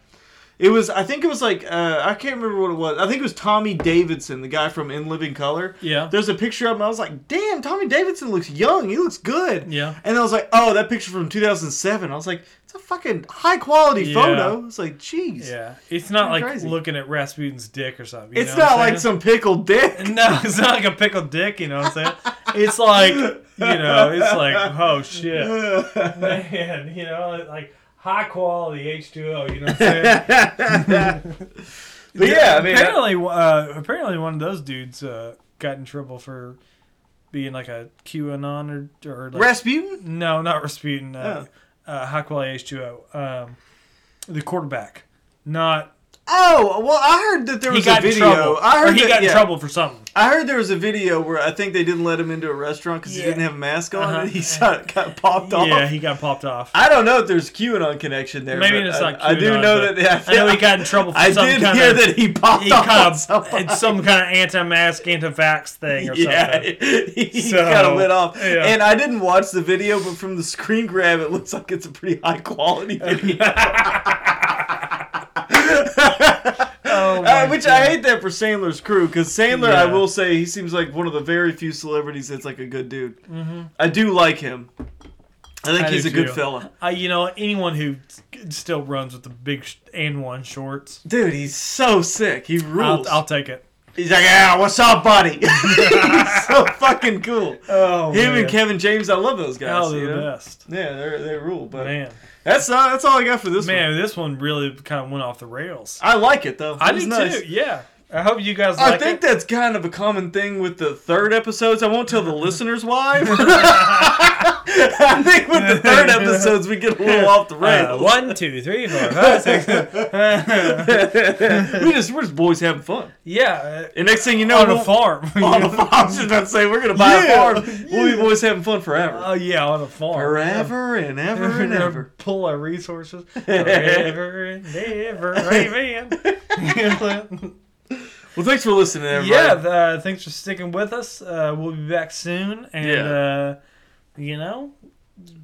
[SPEAKER 1] It was, I think it was like, uh, I can't remember what it was. I think it was Tommy Davidson, the guy from In Living Color.
[SPEAKER 2] Yeah.
[SPEAKER 1] There's a picture of him. I was like, damn, Tommy Davidson looks young. He looks good.
[SPEAKER 2] Yeah.
[SPEAKER 1] And I was like, oh, that picture from 2007. I was like, it's a fucking high quality
[SPEAKER 2] Yeah.
[SPEAKER 1] photo. It's like, jeez.
[SPEAKER 2] Yeah, it's not like
[SPEAKER 1] Pretty crazy.
[SPEAKER 2] looking at Rasputin's dick or something. you
[SPEAKER 1] It's
[SPEAKER 2] know what
[SPEAKER 1] not
[SPEAKER 2] I'm
[SPEAKER 1] like some
[SPEAKER 2] saying?
[SPEAKER 1] pickled dick.
[SPEAKER 2] No, it's not like a pickled dick. You know what I'm saying? It's like you know, it's like oh shit, man. You know, like high quality H2O. You know what I'm saying?
[SPEAKER 1] But yeah, I mean, I-
[SPEAKER 2] apparently, uh, apparently one of those dudes uh, got in trouble for being like a QAnon or or like,
[SPEAKER 1] uh, Rasputin?
[SPEAKER 2] no, not Rasputin. Uh, uh, high quality H2O. Um, the quarterback, not
[SPEAKER 1] Oh, well, I heard that there
[SPEAKER 2] he
[SPEAKER 1] was
[SPEAKER 2] got
[SPEAKER 1] a video.
[SPEAKER 2] in trouble.
[SPEAKER 1] I
[SPEAKER 2] or
[SPEAKER 1] heard
[SPEAKER 2] he
[SPEAKER 1] that-
[SPEAKER 2] got in
[SPEAKER 1] yeah.
[SPEAKER 2] trouble for something.
[SPEAKER 1] I heard there was a video where I think they didn't let him into a restaurant because
[SPEAKER 2] Yeah.
[SPEAKER 1] he didn't have a mask on
[SPEAKER 2] Uh-huh.
[SPEAKER 1] and he saw, got popped off.
[SPEAKER 2] Yeah, he got popped off.
[SPEAKER 1] I don't know if there's QAnon connection there.
[SPEAKER 2] Maybe
[SPEAKER 1] but
[SPEAKER 2] it's
[SPEAKER 1] I,
[SPEAKER 2] not
[SPEAKER 1] I do
[SPEAKER 2] QAnon,
[SPEAKER 1] know
[SPEAKER 2] but
[SPEAKER 1] that.
[SPEAKER 2] I know he got in trouble for
[SPEAKER 1] I
[SPEAKER 2] some
[SPEAKER 1] did
[SPEAKER 2] kind
[SPEAKER 1] hear
[SPEAKER 2] of-
[SPEAKER 1] that he popped
[SPEAKER 2] he
[SPEAKER 1] off.
[SPEAKER 2] kind
[SPEAKER 1] on
[SPEAKER 2] of
[SPEAKER 1] someone.
[SPEAKER 2] it's some kind of anti-mask, anti-vax thing or
[SPEAKER 1] yeah,
[SPEAKER 2] something.
[SPEAKER 1] he
[SPEAKER 2] So,
[SPEAKER 1] kind of lit off.
[SPEAKER 2] yeah.
[SPEAKER 1] And I didn't watch the video, but from the screen grab, it looks like it's a pretty high quality video.
[SPEAKER 2] Oh
[SPEAKER 1] Uh, which I hate that for Sandler's crew because Sandler, I
[SPEAKER 2] Yeah.
[SPEAKER 1] will say, he seems like one of the very few celebrities that's like a good dude. Mm-hmm. I do like him. I think
[SPEAKER 2] I
[SPEAKER 1] he's
[SPEAKER 2] do
[SPEAKER 1] a good
[SPEAKER 2] too.
[SPEAKER 1] fella,
[SPEAKER 2] I, you know, anyone who still runs with the big sh- and one shorts,
[SPEAKER 1] dude. He's so sick. He rules.
[SPEAKER 2] I'll, I'll take it.
[SPEAKER 1] He's like, yeah, what's up, buddy? he's so fucking cool.
[SPEAKER 2] Oh,
[SPEAKER 1] Him and Kevin James, I love those guys.
[SPEAKER 2] oh, they're
[SPEAKER 1] you
[SPEAKER 2] the
[SPEAKER 1] know?
[SPEAKER 2] best.
[SPEAKER 1] Yeah, they they rule. But
[SPEAKER 2] Man,
[SPEAKER 1] that's all, that's all I got for this one.
[SPEAKER 2] man, this one really kind of went off the rails.
[SPEAKER 1] I like it though.
[SPEAKER 2] I
[SPEAKER 1] It was
[SPEAKER 2] do
[SPEAKER 1] nice.
[SPEAKER 2] too. Yeah, I hope you guys.
[SPEAKER 1] I
[SPEAKER 2] like
[SPEAKER 1] think
[SPEAKER 2] it.
[SPEAKER 1] that's kind of a common thing with the third episodes. I won't tell the listeners why. but I think with the third episodes we get a little off the
[SPEAKER 2] Uh,
[SPEAKER 1] rails.
[SPEAKER 2] one, two, three, four, five, six.
[SPEAKER 1] we just we're just boys having fun.
[SPEAKER 2] yeah,
[SPEAKER 1] And next thing you
[SPEAKER 2] uh,
[SPEAKER 1] know,
[SPEAKER 2] on a
[SPEAKER 1] we'll-
[SPEAKER 2] farm.
[SPEAKER 1] on a farm. I was just about to say we're gonna buy
[SPEAKER 2] Yeah.
[SPEAKER 1] a farm. We'll be boys having fun forever,
[SPEAKER 2] Oh yeah, on a farm.
[SPEAKER 1] forever and ever and
[SPEAKER 2] Never
[SPEAKER 1] ever.
[SPEAKER 2] Pull our resources. Forever and ever. Amen.
[SPEAKER 1] Well, thanks for listening, everybody.
[SPEAKER 2] yeah, uh, thanks for sticking with us. Uh, we'll be back soon. And,
[SPEAKER 1] Yeah.
[SPEAKER 2] uh, you know,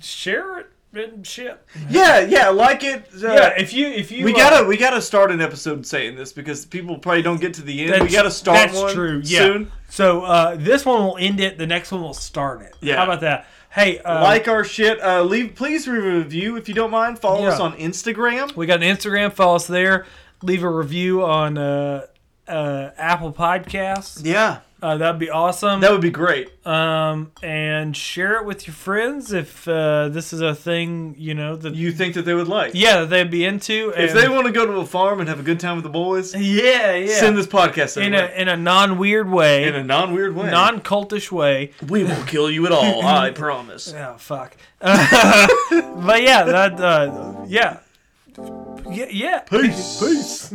[SPEAKER 2] share it and shit.
[SPEAKER 1] yeah, yeah, like it. Uh,
[SPEAKER 2] Yeah, if you. if you
[SPEAKER 1] we
[SPEAKER 2] uh,
[SPEAKER 1] gotta we gotta start an episode saying this because people probably don't get to the end. We
[SPEAKER 2] That's-
[SPEAKER 1] gotta start
[SPEAKER 2] that's
[SPEAKER 1] one
[SPEAKER 2] true, yeah.
[SPEAKER 1] soon.
[SPEAKER 2] So uh, this one will end it. The next one will start it.
[SPEAKER 1] Yeah.
[SPEAKER 2] How about that? Hey, uh,
[SPEAKER 1] like our shit. Uh, leave please leave a review if you don't mind. Follow
[SPEAKER 2] Yeah.
[SPEAKER 1] us on Instagram.
[SPEAKER 2] We got an Instagram. Follow us there. Leave a review on uh, uh, Apple Podcasts.
[SPEAKER 1] Yeah,
[SPEAKER 2] Uh, that'd be awesome.
[SPEAKER 1] that would be great.
[SPEAKER 2] um, and share it with your friends if uh, this is a thing you know that
[SPEAKER 1] You think that they would like?
[SPEAKER 2] yeah that they'd be into.
[SPEAKER 1] If
[SPEAKER 2] and-
[SPEAKER 1] they want to go to a farm and have a good time with the boys,
[SPEAKER 2] yeah, yeah,
[SPEAKER 1] send this podcast their
[SPEAKER 2] in a
[SPEAKER 1] way.
[SPEAKER 2] in a non weird way,
[SPEAKER 1] in a non weird way.
[SPEAKER 2] non cultish way.
[SPEAKER 1] we will kill you at all. I promise.
[SPEAKER 2] Oh fuck. but yeah, that uh, yeah, yeah, yeah.
[SPEAKER 1] Peace. Peace.